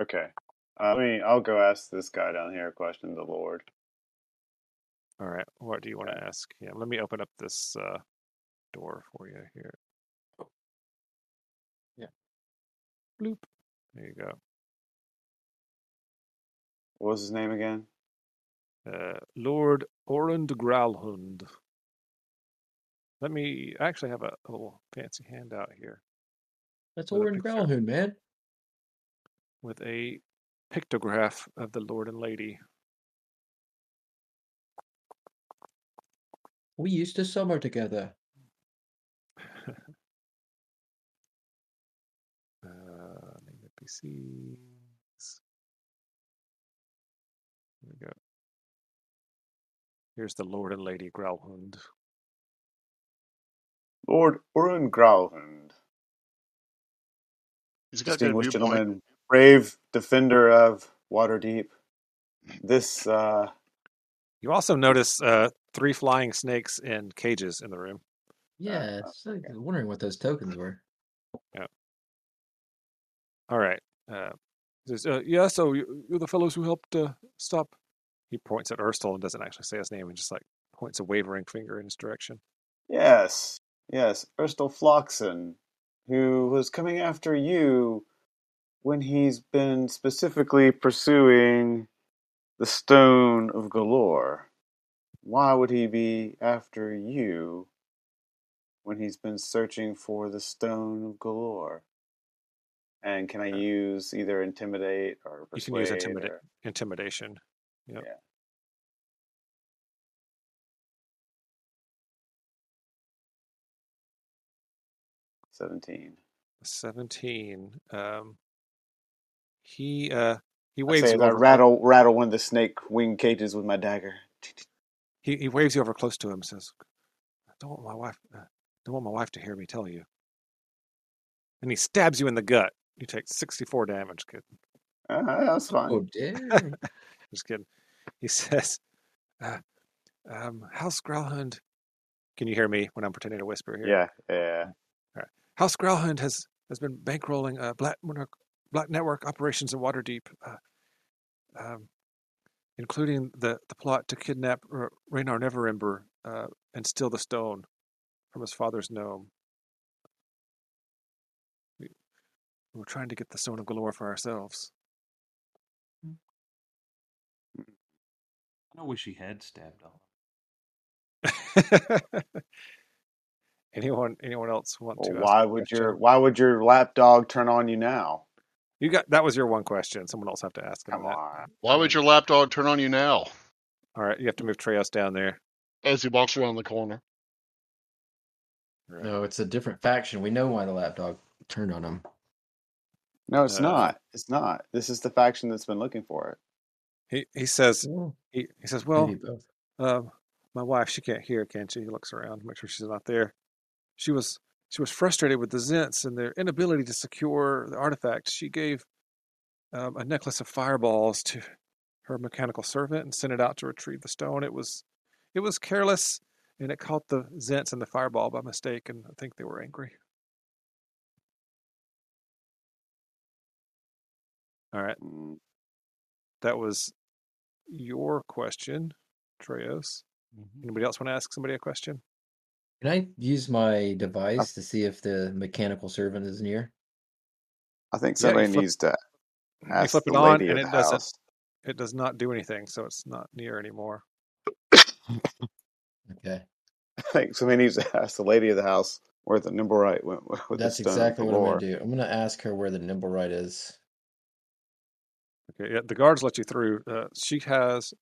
Speaker 5: Okay. Uh, I mean, I'll go ask this guy down here a question. The Lord.
Speaker 4: All right. What do you want to ask? Yeah, let me open up this uh, door for you here. Yeah. Bloop. There you go.
Speaker 5: What was his name again?
Speaker 4: Uh, Lord Orund Growlhund. Let me I actually have a little fancy handout here
Speaker 3: That's
Speaker 4: With a
Speaker 3: Orin
Speaker 4: picture.
Speaker 3: Growlhoon, man.
Speaker 4: with a pictograph of the Lord and Lady.
Speaker 3: We used to summer together.
Speaker 4: Uh, name of PCs. There we go. Here's the Lord and Lady Growlhund.
Speaker 5: Lord Urun Grauhund,
Speaker 2: He's got good
Speaker 5: distinguished
Speaker 2: viewpoint.
Speaker 5: gentleman, brave defender of Waterdeep. This uh,
Speaker 4: You also notice uh, three flying snakes in cages in the room.
Speaker 3: Yeah, it's like, I was wondering what those tokens were.
Speaker 4: All right. Uh, says, uh, yeah, so you- you're the fellows who helped uh, stop. He points at Urstel and doesn't actually say his name and just like points a wavering finger in his direction.
Speaker 5: Yes, yes, Urstel Floxen, who was coming after you when he's been specifically pursuing the Stone of Galore. Why would he be after you when he's been searching for the Stone of Galore? And can I use either intimidate or
Speaker 4: Uh, You can use
Speaker 5: persuade?
Speaker 4: intimidate.
Speaker 5: Or...
Speaker 4: Intimidation. Yep.
Speaker 5: Yeah. Seventeen.
Speaker 4: 17. Um, he uh, he
Speaker 5: I
Speaker 4: waves
Speaker 5: say
Speaker 4: you
Speaker 5: as I
Speaker 4: over. clo-
Speaker 5: rattle rattle one of the snake wing cages with my dagger.
Speaker 4: he, he waves you over close to him and says, I don't want my wife uh, don't want my wife to hear me tell you. And he stabs you in the gut. You take 64 damage, kid.
Speaker 5: Uh, that's fine. [laughs]
Speaker 3: Oh, dang.
Speaker 4: Just kidding. He [laughs] says, uh, um, House Growlhund. Can you hear me when I'm pretending to whisper here?
Speaker 5: Yeah, yeah.
Speaker 4: House Growlhund has, has been bankrolling uh, Black, Monarch, Black Network operations in Waterdeep, uh, um, including the, the plot to kidnap R- Raynar Neverember uh, and steal the stone from his father's gnome. We, we're trying to get the Stone of Galore for ourselves. [laughs]
Speaker 1: I wish he had stabbed all.
Speaker 4: anyone anyone else want
Speaker 5: Well,
Speaker 4: to ask
Speaker 5: why
Speaker 4: a
Speaker 5: would
Speaker 4: question?
Speaker 5: your why would your lapdog turn on you now?
Speaker 4: You got that was your one question. Someone else have to ask him
Speaker 5: Come
Speaker 4: that.
Speaker 5: on.
Speaker 2: Why would your lapdog turn on you now?
Speaker 4: All right, you have to move Treos down there.
Speaker 2: As he walks around the corner.
Speaker 4: Right.
Speaker 3: No, it's a different faction. We know why the lapdog turned on him.
Speaker 5: No, it's
Speaker 4: Uh,
Speaker 5: not. It's not. This is the faction that's been looking for it.
Speaker 4: He he says
Speaker 3: Well,
Speaker 4: he, he says,
Speaker 3: maybe
Speaker 4: "Well,
Speaker 3: both.
Speaker 4: um, my wife, she can't hear, can she?" He looks around, make sure she's not there. She was she was frustrated with the Zents and their inability to secure the artifact. She gave um, a necklace of fireballs to her mechanical servant and sent it out to retrieve the stone. It was it was careless, and it caught the Zents and the fireball by mistake, and I think they were angry. All right,
Speaker 5: Mm.
Speaker 4: that was your question, Treos.
Speaker 1: Mhm.
Speaker 4: Anybody else want to ask somebody a question?
Speaker 3: Can I use
Speaker 5: Uh
Speaker 3: my device to see if the mechanical servant is near?
Speaker 5: I think
Speaker 4: Yeah, you
Speaker 5: somebody
Speaker 4: flip
Speaker 5: needs to
Speaker 4: you
Speaker 5: ask
Speaker 4: flip
Speaker 5: the
Speaker 4: it on,
Speaker 5: lady
Speaker 4: and
Speaker 5: of the
Speaker 4: it doesn't
Speaker 5: house. [laughs]
Speaker 4: it does not do anything, so it's not near anymore.
Speaker 3: Okay.
Speaker 5: I think somebody needs to ask the lady of the house where the Nimbrite went with the
Speaker 3: That's
Speaker 5: stone of
Speaker 3: exactly what I'm going
Speaker 5: galore.
Speaker 3: to do. I'm going to ask her where the Nimblewright is.
Speaker 4: Okay, yeah, the guards let you through. Uh, she has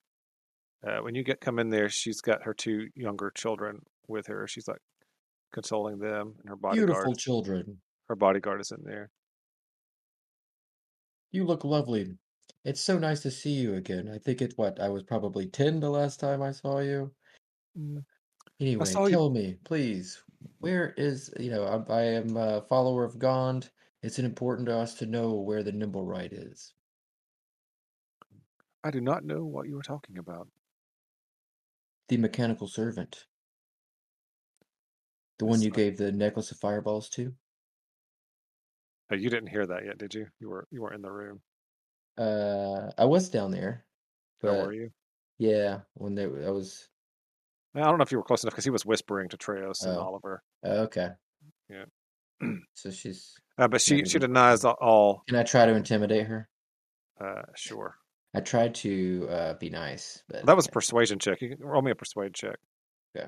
Speaker 4: uh, when you get come in there, she's got her two younger children with her. She's like consoling them, and her bodyguard
Speaker 3: Beautiful children.
Speaker 4: her bodyguard is in there.
Speaker 3: You look lovely. It's so nice to see you again. I think it what I was probably 10 the last time I saw you.
Speaker 4: Mm, I
Speaker 3: Anyway,
Speaker 4: saw you.
Speaker 3: tell me, please, where is, you know, I'm, I am a follower of Gond. It's important to us to know where the Nimblewright is.
Speaker 4: I do not know what you were talking about.
Speaker 3: The mechanical servant, the one
Speaker 4: This,
Speaker 3: you gave the necklace of fireballs to.
Speaker 4: Oh, uh, you didn't hear that yet, did you? You were you weren't in the room.
Speaker 3: Uh, I was down there,
Speaker 4: Where
Speaker 3: but
Speaker 4: were you?
Speaker 3: yeah, when they, I was
Speaker 4: I don't know if you were close enough because he was whispering to Treos and
Speaker 3: Oh.
Speaker 4: Oliver.
Speaker 3: oh, okay.
Speaker 4: Yeah.
Speaker 3: [clears throat] So she's.
Speaker 4: Uh, but she
Speaker 3: Maybe
Speaker 4: she
Speaker 3: we-
Speaker 4: denies a- all.
Speaker 3: Can I try to intimidate her?
Speaker 4: Uh, sure.
Speaker 3: I tried to uh, be nice, but
Speaker 4: That was a persuasion check. You can roll me a persuade check.
Speaker 3: Okay.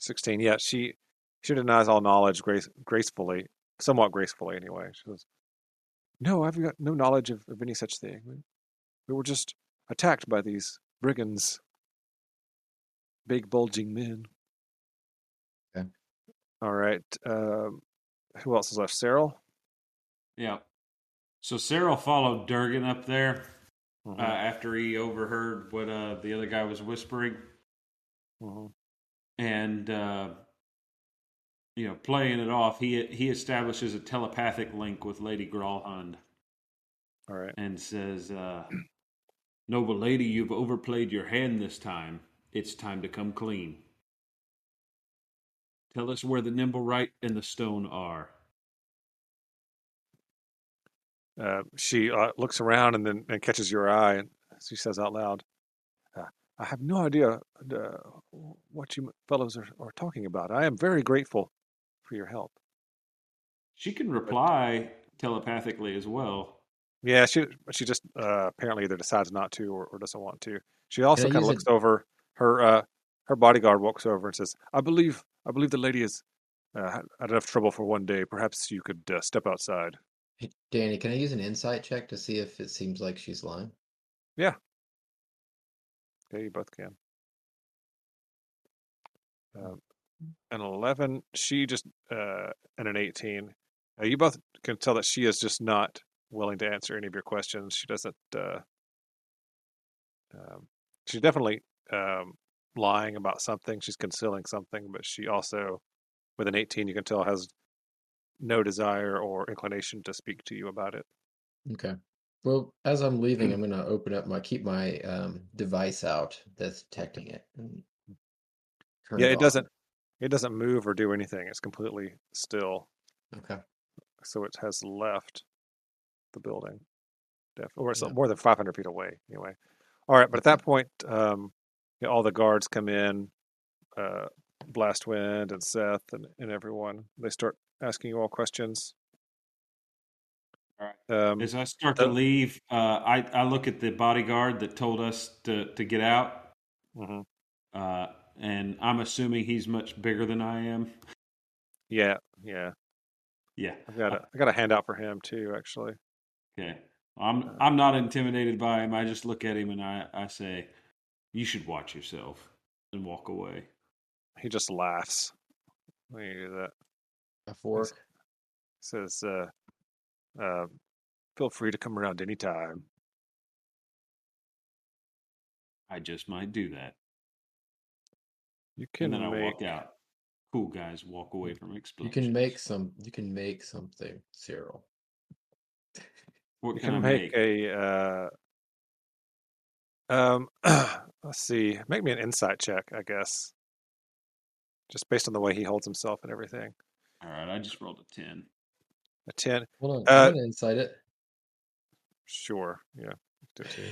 Speaker 4: Sixteen. Yeah, she she denies all knowledge grace, gracefully, somewhat gracefully anyway. She says, "No, I've got no knowledge of, of any such thing. We, we were just attacked by these brigands, big bulging men."
Speaker 3: Okay.
Speaker 4: All right. Um, who else is left? Cyril.
Speaker 1: Yeah. So Cyril followed Durgan up there
Speaker 4: Mhm,
Speaker 1: uh, after he overheard what uh, the other guy was whispering
Speaker 4: mhm.
Speaker 1: and uh, you know playing it off. He he establishes a telepathic link with Lady Grawlhund
Speaker 4: All right.
Speaker 1: and says, uh, "Noble lady, you've overplayed your hand this time. It's time to come clean. Tell us where the nimble right and the stone are."
Speaker 4: Uh, she uh, looks around and then and catches your eye, and she says out loud, uh, "I have no idea uh, what you fellows are, are talking about. I am very grateful for your help."
Speaker 1: She can reply telepathically as well.
Speaker 4: Yeah, she she just uh, apparently either decides not to or, or doesn't want to. She also
Speaker 3: I
Speaker 4: kind of
Speaker 3: use a-
Speaker 4: looks over her uh, her bodyguard walks over and says, "I believe I believe the lady is uh, had- had enough trouble for one day. Perhaps you could uh, step outside."
Speaker 3: Hey, Danny, can I use an insight check to see if it seems like she's lying?
Speaker 4: Yeah, you both can. Um, an 11, she just, uh, and an 18. Uh, you both can tell that she is just not willing to answer any of your questions. She doesn't, uh, um, she's definitely um, lying about something. She's concealing something, but she also, with an 18, you can tell has no desire or inclination to speak to you about it.
Speaker 3: Okay. Well, as I'm leaving,
Speaker 4: Mm.
Speaker 3: I'm gonna open up my keep my um, device out that's detecting it and turn
Speaker 4: Yeah,
Speaker 3: it,
Speaker 4: it
Speaker 3: off.
Speaker 4: doesn't, it doesn't move or do anything. It's completely still.
Speaker 3: Okay.
Speaker 4: So it has left the building. Def- or it's
Speaker 3: Yeah.
Speaker 4: more than 500 feet away anyway all right but at that point um yeah, all the guards come in uh blastwind and seth and, and everyone they start asking you all questions
Speaker 1: All right.
Speaker 4: um
Speaker 1: As I start to
Speaker 4: the-
Speaker 1: leave, uh, I, I look at the bodyguard that told us to, to get out,
Speaker 4: mhm.
Speaker 1: uh, and I'm assuming he's much bigger than I am.
Speaker 4: yeah yeah
Speaker 1: Yeah.
Speaker 4: i've got a i got a handout for him too actually
Speaker 1: Okay. I'm I'm not intimidated by him. I just look at him and I, I say, "You should watch yourself," and walk away.
Speaker 4: he just laughs when you do that
Speaker 3: A fork.
Speaker 4: says uh uh feel free to come around anytime
Speaker 1: I just might do that,
Speaker 4: you
Speaker 1: and then
Speaker 4: can
Speaker 1: I
Speaker 4: make
Speaker 1: walk out. Cool guys, walk away from
Speaker 3: You
Speaker 1: explosions.
Speaker 3: can make some. You can make something, Cyril.
Speaker 1: What
Speaker 4: you
Speaker 1: can I
Speaker 4: can make
Speaker 1: make?
Speaker 4: a uh Um, [clears throat] let's see. Make me an insight check, I guess. Just based on the way he holds himself and everything.
Speaker 1: All right, I just rolled a ten.
Speaker 4: A ten,
Speaker 3: Hold on.
Speaker 4: Uh,
Speaker 3: I'm gonna insight it.
Speaker 4: sure. Yeah, do it too.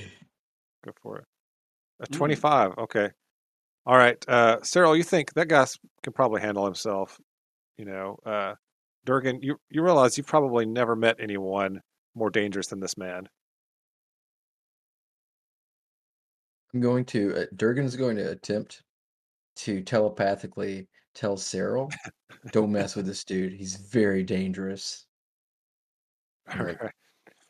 Speaker 4: Go for it. A
Speaker 1: Mm.
Speaker 4: twenty-five. Okay. All right. Uh, Cyril, you think that guy can probably handle himself? You know, uh, Durgan, you you realize you've probably never met anyone more dangerous than this man. [laughs]
Speaker 3: I'm going to. Uh, Durgan's going to attempt to telepathically tell Cyril, "Don't mess with this dude. He's very dangerous." I'm like
Speaker 4: Right. Uh,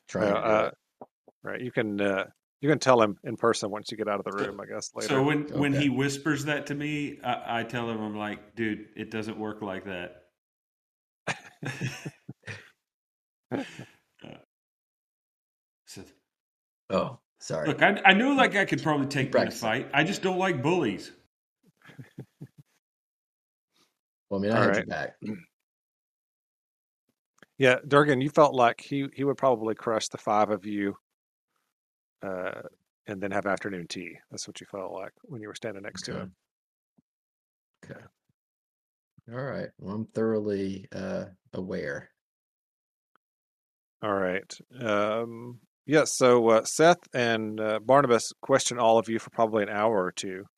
Speaker 3: trying to do
Speaker 4: uh,
Speaker 3: it.
Speaker 4: right. You can uh, you can tell him in person once you get out of the room. I guess
Speaker 1: So
Speaker 4: later.
Speaker 1: when when
Speaker 3: Okay.
Speaker 1: he whispers that to me, I, I tell him I'm like, dude, it doesn't work like that. Uh, So,
Speaker 3: Oh, sorry.
Speaker 1: look, I, I knew like I could probably take me in a
Speaker 3: Practicing.
Speaker 1: fight. I just don't like bullies.
Speaker 3: Well, I mean, I
Speaker 4: All
Speaker 3: had
Speaker 4: right.
Speaker 3: your back.
Speaker 4: Yeah, Durgan, you felt like he he would probably crush the five of you, uh, and then have afternoon tea. That's what you felt like when you were standing next to
Speaker 3: Okay.
Speaker 4: him.
Speaker 3: Okay. All right. Well, I'm thoroughly uh, aware.
Speaker 4: All right. Um, Yeah, so uh, Seth and uh, Barnabas question all of you for probably an hour or two. [laughs]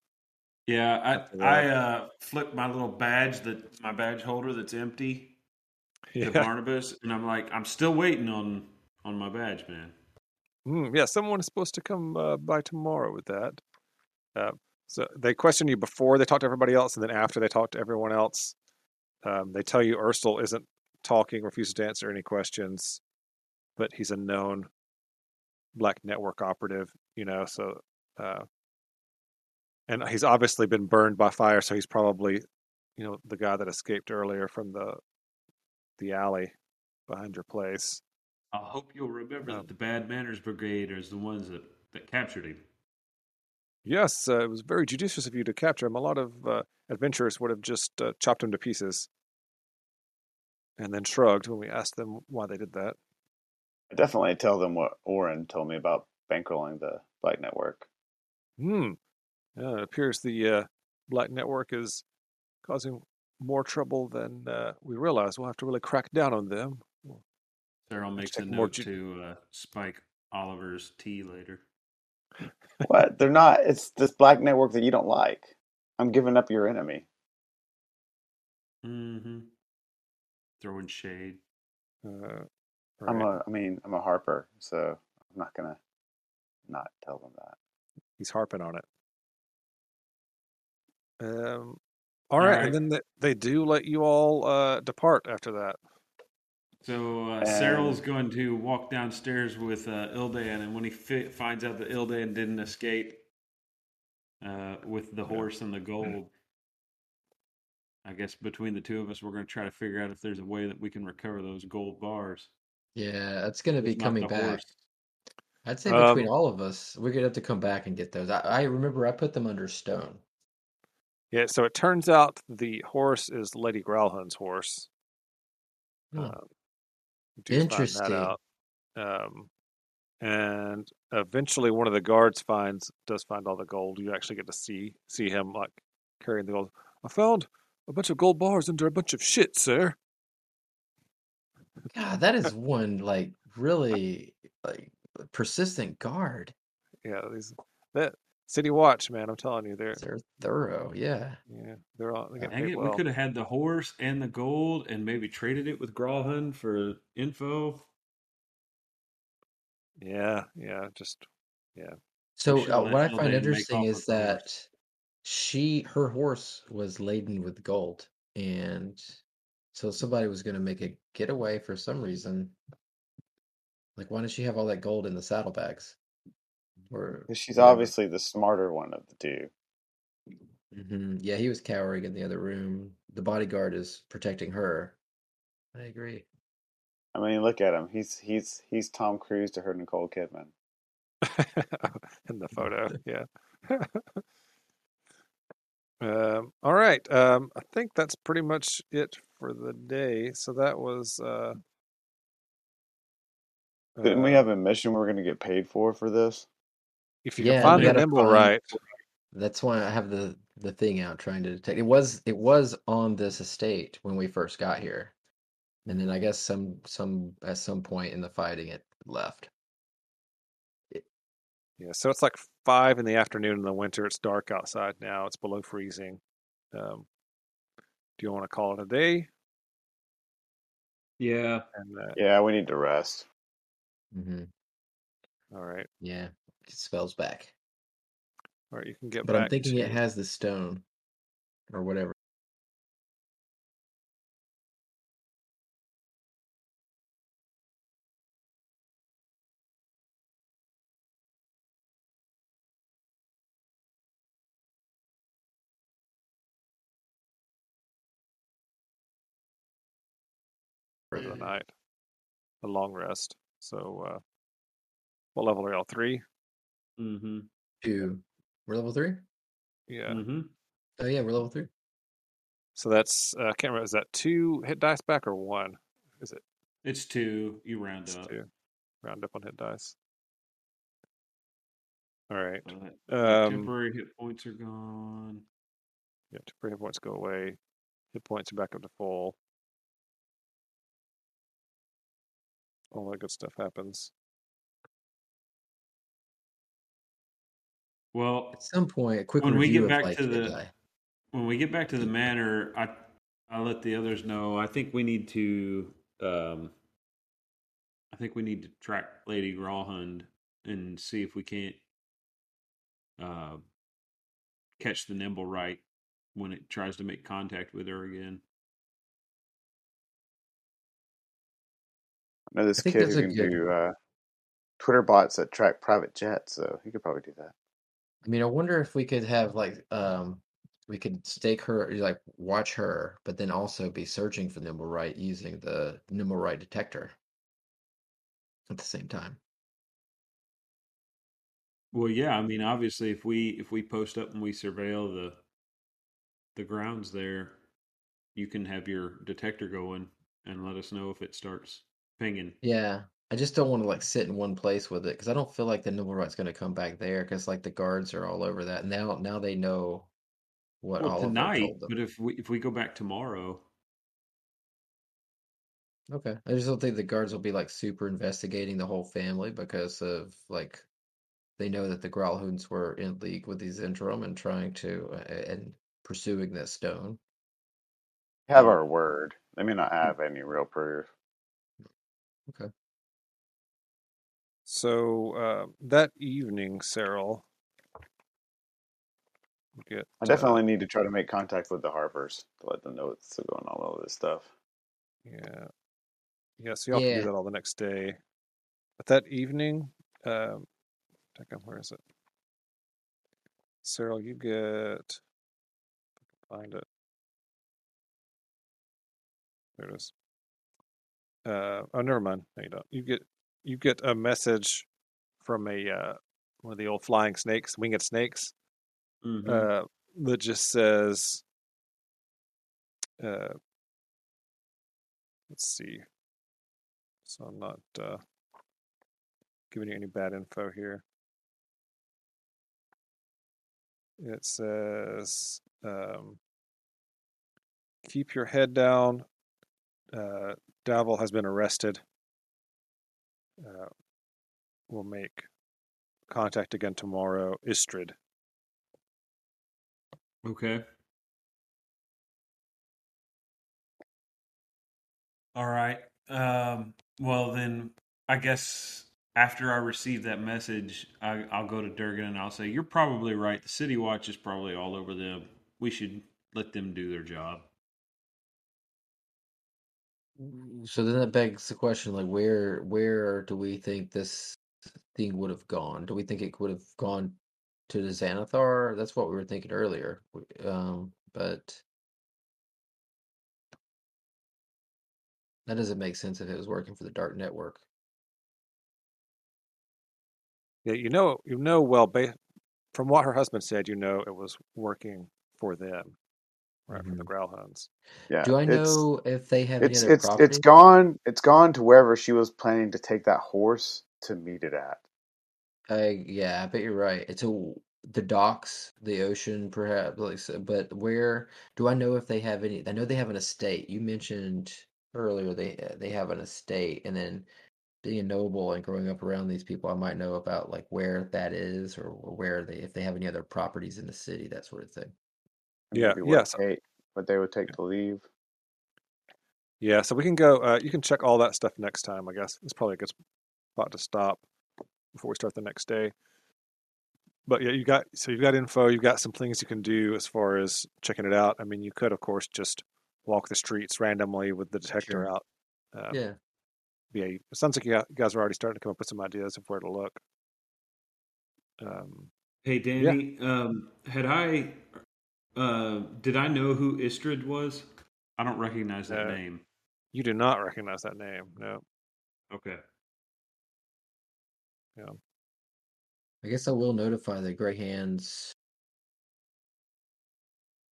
Speaker 1: Yeah, I
Speaker 4: Yeah.
Speaker 1: I uh, flipped my little badge that my badge holder that's empty to
Speaker 4: Yeah.
Speaker 1: Barnabas, and I'm like, I'm still waiting on on my badge, man.
Speaker 4: Mm, yeah, someone is supposed to come uh, by tomorrow with that. Uh, so they question you before they talk to everybody else, and then after they talk to everyone else, um, they tell you Urstel isn't talking, refuses to answer any questions, but he's a known Black Network operative, you know, so. Uh, and he's obviously been burned by fire, so he's probably, you know, the guy that escaped earlier from the the alley behind your place.
Speaker 1: I hope you'll remember
Speaker 4: Um,
Speaker 1: that the Bad Manners Brigade is the ones that that captured him.
Speaker 4: Yes, uh, it was very judicious of you to capture him. A lot of uh, adventurers would have just uh, chopped him to pieces and then shrugged when we asked them why they did that.
Speaker 5: I definitely tell them what Oren told me about bankrolling the Black Network.
Speaker 4: Hmm. Yeah, it appears the uh, Black Network is causing more trouble than uh, we realize. We'll have to really crack down on them. We'll
Speaker 1: Daryl
Speaker 4: have to
Speaker 1: makes a
Speaker 4: take more
Speaker 1: note
Speaker 4: ju-
Speaker 1: to uh, Spike Oliver's tea later.
Speaker 5: What? They're not. It's this Black Network that you don't like. I'm giving up your enemy.
Speaker 1: hmm Throwing shade.
Speaker 4: uh,
Speaker 5: I'm
Speaker 4: right.
Speaker 5: a. I mean, I'm a Harper, so I'm not gonna not tell them that.
Speaker 4: He's harping on it. Um,
Speaker 1: All
Speaker 4: all right, and
Speaker 1: right.
Speaker 4: then th they do let you all uh, depart after that.
Speaker 1: So uh,
Speaker 5: And
Speaker 1: Cyril's going to walk downstairs with uh, Ildan, and when he fi- finds out that Ildan didn't escape uh, with the
Speaker 4: Yeah.
Speaker 1: horse and the gold, I guess between the two of us, we're going to try to figure out if there's a way that we can recover those gold bars.
Speaker 3: Yeah, that's gonna
Speaker 1: If
Speaker 3: be
Speaker 1: it's not
Speaker 3: coming
Speaker 1: the
Speaker 3: back.
Speaker 1: horse,
Speaker 3: I'd say between
Speaker 4: Um,
Speaker 3: all of us, we're gonna have to come back and get those. I, I remember I put them under stone.
Speaker 4: Yeah, so it turns out the horse is Lady Growlhun's horse.
Speaker 3: Hmm.
Speaker 4: Uh, you do find that
Speaker 3: Interesting.
Speaker 4: out, um, and eventually one of the guards finds does find all the gold. You actually get to see see him like carrying the gold. I found a bunch of gold bars under a bunch of shit, sir.
Speaker 3: God, that is one like really like persistent guard.
Speaker 4: Yeah, these that City Watch man, I'm telling you, they're
Speaker 3: They're thorough. Yeah.
Speaker 4: yeah they're all they get
Speaker 1: dang
Speaker 4: paid
Speaker 1: it, we
Speaker 4: well.
Speaker 1: could have had the horse and the gold, and maybe traded it with Grawhun for info.
Speaker 4: Yeah, yeah, just yeah,
Speaker 1: We
Speaker 3: So
Speaker 1: should have
Speaker 3: uh, what
Speaker 1: let
Speaker 3: I find
Speaker 1: Ildan make
Speaker 3: interesting
Speaker 1: off with
Speaker 3: is
Speaker 1: the horse.
Speaker 3: that she her horse was laden with gold, and so somebody was going to make a getaway for some reason. Like, why does she have all that gold in the saddlebags or
Speaker 5: 'cause she's
Speaker 3: whatever?
Speaker 5: obviously the smarter one of the two.
Speaker 3: hmm Yeah, he was cowering in the other room. The bodyguard is protecting her. I agree.
Speaker 5: I mean, look at him. He's he's he's Tom Cruise to her Nicole Kidman.
Speaker 4: [laughs] in the photo, yeah. Um, all right. Um, I think that's pretty much it for the day. So that was uh,
Speaker 5: Didn't we
Speaker 4: uh,
Speaker 5: have a mission we're gonna get paid for for this?
Speaker 4: if you can
Speaker 3: Yeah, we
Speaker 4: find the
Speaker 3: got
Speaker 1: Ildan,
Speaker 3: to
Speaker 4: nimble
Speaker 3: find.
Speaker 4: right.
Speaker 3: That's why I have the the thing out trying to detect. It was it was on this estate when we first got here. And then I guess some some at some point in the fighting it left. It-
Speaker 4: Yeah. So it's like five in the afternoon in the winter. It's dark outside now. It's below freezing. Um, do you want to call it a day?
Speaker 1: yeah,
Speaker 4: And uh,
Speaker 5: Yeah, we need to rest.
Speaker 3: mhm,
Speaker 4: all right,
Speaker 3: Yeah, it spells back.
Speaker 4: all right. You can get
Speaker 3: But I'm
Speaker 4: back
Speaker 3: thinking it
Speaker 4: to
Speaker 3: has the stone or whatever.
Speaker 4: for the night, a long rest. So uh, what level are y'all? Three.
Speaker 1: mm-hmm,
Speaker 3: Two. We're level three?
Speaker 4: Yeah.
Speaker 1: mm-hmm.
Speaker 3: Oh yeah, we're level three.
Speaker 4: So that's uh, I can't remember. Is that two hit dice back or one? Is it?
Speaker 1: It's two. You round
Speaker 4: It's
Speaker 1: up.
Speaker 4: two. Round up on hit dice. All right.
Speaker 1: So that your
Speaker 4: Um,
Speaker 1: temporary hit points are gone.
Speaker 4: yeah, temporary hit points go away. Hit points are back up to full. All that good stuff happens.
Speaker 1: Well,
Speaker 3: At some point, a quick
Speaker 1: When we
Speaker 3: review
Speaker 1: get
Speaker 3: of
Speaker 1: back
Speaker 3: like
Speaker 1: to the-
Speaker 3: Jedi.
Speaker 1: when we get back to the manor, I I'll let the others know. I think we need to um I think we need to track Lady Grawhund and see if we can't uh catch the nimble right when it tries to make contact with her again.
Speaker 5: I know
Speaker 3: I
Speaker 5: this
Speaker 3: think
Speaker 5: kid
Speaker 3: that's
Speaker 5: who
Speaker 3: a
Speaker 5: can
Speaker 3: good-
Speaker 5: do uh, Twitter bots that track private jets, so he could probably do that.
Speaker 3: I mean, I wonder if we could have like um we could stake her like watch her, but then also be searching for nimble right using the nimble right detector at the same time.
Speaker 1: Well, yeah, I mean obviously if we if we post up and we surveil the the grounds there, you can have your detector going and let us know if it starts pinging.
Speaker 3: Yeah. I just don't want to like sit in one place with it because I don't feel like the nimble right's going to come back there because like the guards are all over that now. Now they know what
Speaker 1: Well,
Speaker 3: Oliver
Speaker 1: tonight,
Speaker 3: told them.
Speaker 1: but if we if we go back tomorrow,
Speaker 3: Okay. I just don't think the guards will be like super investigating the whole family because of like they know that the Growlhounds were in league with these interim and trying to uh, and pursuing that stone.
Speaker 5: Have
Speaker 1: Mm.
Speaker 5: our word. They may
Speaker 3: Hmm.
Speaker 5: not have any real proof.
Speaker 3: Okay.
Speaker 4: So uh, that evening, Cyril, we get
Speaker 5: I
Speaker 4: uh,
Speaker 5: definitely need to try to make contact with the Harpers to let them know what's still going on, all this stuff.
Speaker 4: yeah, yeah. So y'all can do
Speaker 3: Yeah.
Speaker 4: that all the next day. But that evening, um, check on- where is it? Cyril, you get find it. There it is. Uh, oh, never mind. No, you don't. You get you get a message from a uh, one of the old flying snakes, winged snakes,
Speaker 1: hmm
Speaker 4: uh, that just says, uh, "Let's see." So I'm not uh, giving you any bad info here. It says, um, "Keep your head down. Uh, Davil has been arrested. Uh, we'll make contact again tomorrow." Istrid.
Speaker 1: okay, all right. Um, well, then I guess after I receive that message, I, I'll go to Durgan and I'll say, "You're probably right. The City Watch is probably all over them. We should let them do their job."
Speaker 3: Mm, So then that begs the question, like where where do we think this thing would have gone? Do we think it would have gone to the Xanathar? That's what we were thinking earlier. W- Um, but that doesn't make sense if it was working for the Dark Network.
Speaker 4: Yeah, you know, you know well, ba- from what her husband said, you know it was working for them, right? For
Speaker 3: hmm
Speaker 4: the Growlhounds.
Speaker 5: Yeah,
Speaker 3: Do I
Speaker 5: it's
Speaker 3: know if they have any
Speaker 5: it's
Speaker 3: other
Speaker 5: it's
Speaker 3: property?
Speaker 5: it's gone. It's gone to wherever she was planning to take that horse to meet it at.
Speaker 3: I yeah, I bet you're right. It's a w- the docks, the ocean, perhaps. Like, so, but where do I know if they have any? I know they have an estate. You mentioned earlier they uh, they have an estate, and then being noble and growing up around these people, I might know about like where that is or where they if they have any other properties in the city, that sort of thing.
Speaker 5: and
Speaker 4: Yeah.
Speaker 5: maybe what
Speaker 4: Yes.
Speaker 5: take what they would take to leave.
Speaker 4: Yeah. So we can go. Uh, you can check all that stuff next time. I guess it's probably a good spot to stop before we start the next day. But yeah, you got so you've got info. You've got some things you can do as far as checking it out. I mean, you could of course just walk the streets randomly with the detector
Speaker 3: Sure.
Speaker 4: out. Um,
Speaker 3: Yeah.
Speaker 4: yeah, you- it sounds like you got- you guys are already starting to come up with some ideas of where to look. Um,
Speaker 1: Hey,
Speaker 4: yeah.
Speaker 1: Danny, um, had I uh, did I know who Istrid was? I don't recognize that
Speaker 4: No,
Speaker 1: name.
Speaker 4: you do not recognize that name. No.
Speaker 1: Okay.
Speaker 4: Yeah.
Speaker 3: I guess I will notify the Grey Hands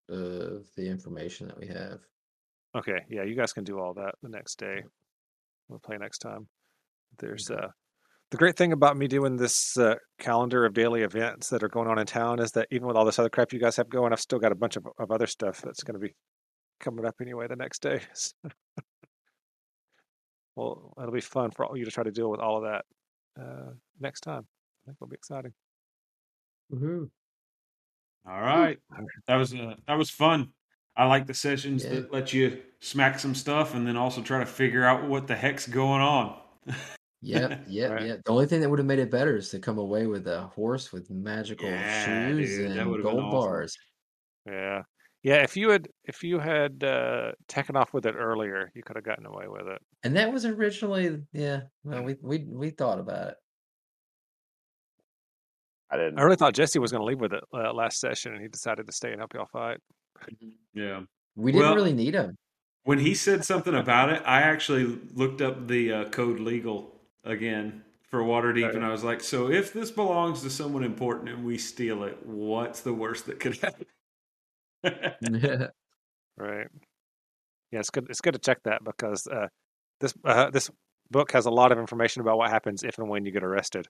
Speaker 3: of the information that we have.
Speaker 4: Okay. Yeah, you guys can do all that the next day. We'll play next time. There's
Speaker 3: Okay.
Speaker 4: uh the great thing about me doing this uh, calendar of daily events that are going on in town is that even with all this other crap you guys have going, I've still got a bunch of, of other stuff that's going to be coming up anyway the next day. [laughs] So, well, it'll be fun for all you to try to deal with all of that uh, next time. I think it'll be exciting.
Speaker 3: Woohoo.
Speaker 1: All right, that was uh, that was fun. I like the sessions
Speaker 3: Yeah.
Speaker 1: that let you smack some stuff and then also try to figure out what the heck's going on. [laughs]
Speaker 3: Yep, yep,
Speaker 4: Right.
Speaker 3: yep. The only thing that would have made it better is to come away with a horse with magical
Speaker 1: Yeah,
Speaker 3: shoes
Speaker 1: dude, that
Speaker 3: and
Speaker 1: would've been
Speaker 3: gold
Speaker 1: awesome.
Speaker 3: bars.
Speaker 4: Yeah. Yeah, if you had if you had uh taken off with it earlier, you could have gotten away with it.
Speaker 3: And that was originally, yeah. Well, we we we thought about it.
Speaker 5: I
Speaker 4: I
Speaker 5: didn't.
Speaker 4: really thought Jesse was going to leave with it uh, last session, and he decided to stay and help y'all fight.
Speaker 1: Yeah.
Speaker 3: We didn't
Speaker 1: Well,
Speaker 3: really need him.
Speaker 1: when he said something about it, I actually looked up the uh, code legal again for Waterdeep,
Speaker 4: Oh,
Speaker 1: and I was like, so if this belongs to someone important and we steal it, what's the worst that could [laughs] happen?
Speaker 4: Right. Yeah, it's good. It's good to check that because uh, this uh, this book has a lot of information about what happens if and when you get arrested.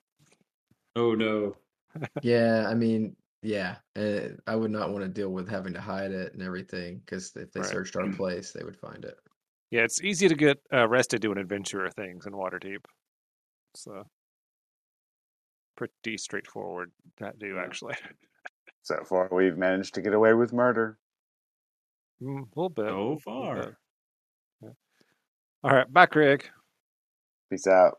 Speaker 1: oh no.
Speaker 3: [laughs] yeah, I mean, yeah. Uh, I would not want to deal with having to hide it and everything because if they
Speaker 4: Right.
Speaker 1: [clears throat]
Speaker 3: searched our place, they would find it.
Speaker 4: Yeah, it's easy to get arrested doing adventurer things in Waterdeep. So pretty straightforward to do,
Speaker 1: Yeah.
Speaker 4: actually. [laughs]
Speaker 5: So far, we've managed to get away with murder.
Speaker 4: Mm, a little bit.
Speaker 1: So
Speaker 4: little bit.
Speaker 1: far.
Speaker 4: Yeah. All right, bye, Craig.
Speaker 5: Peace out.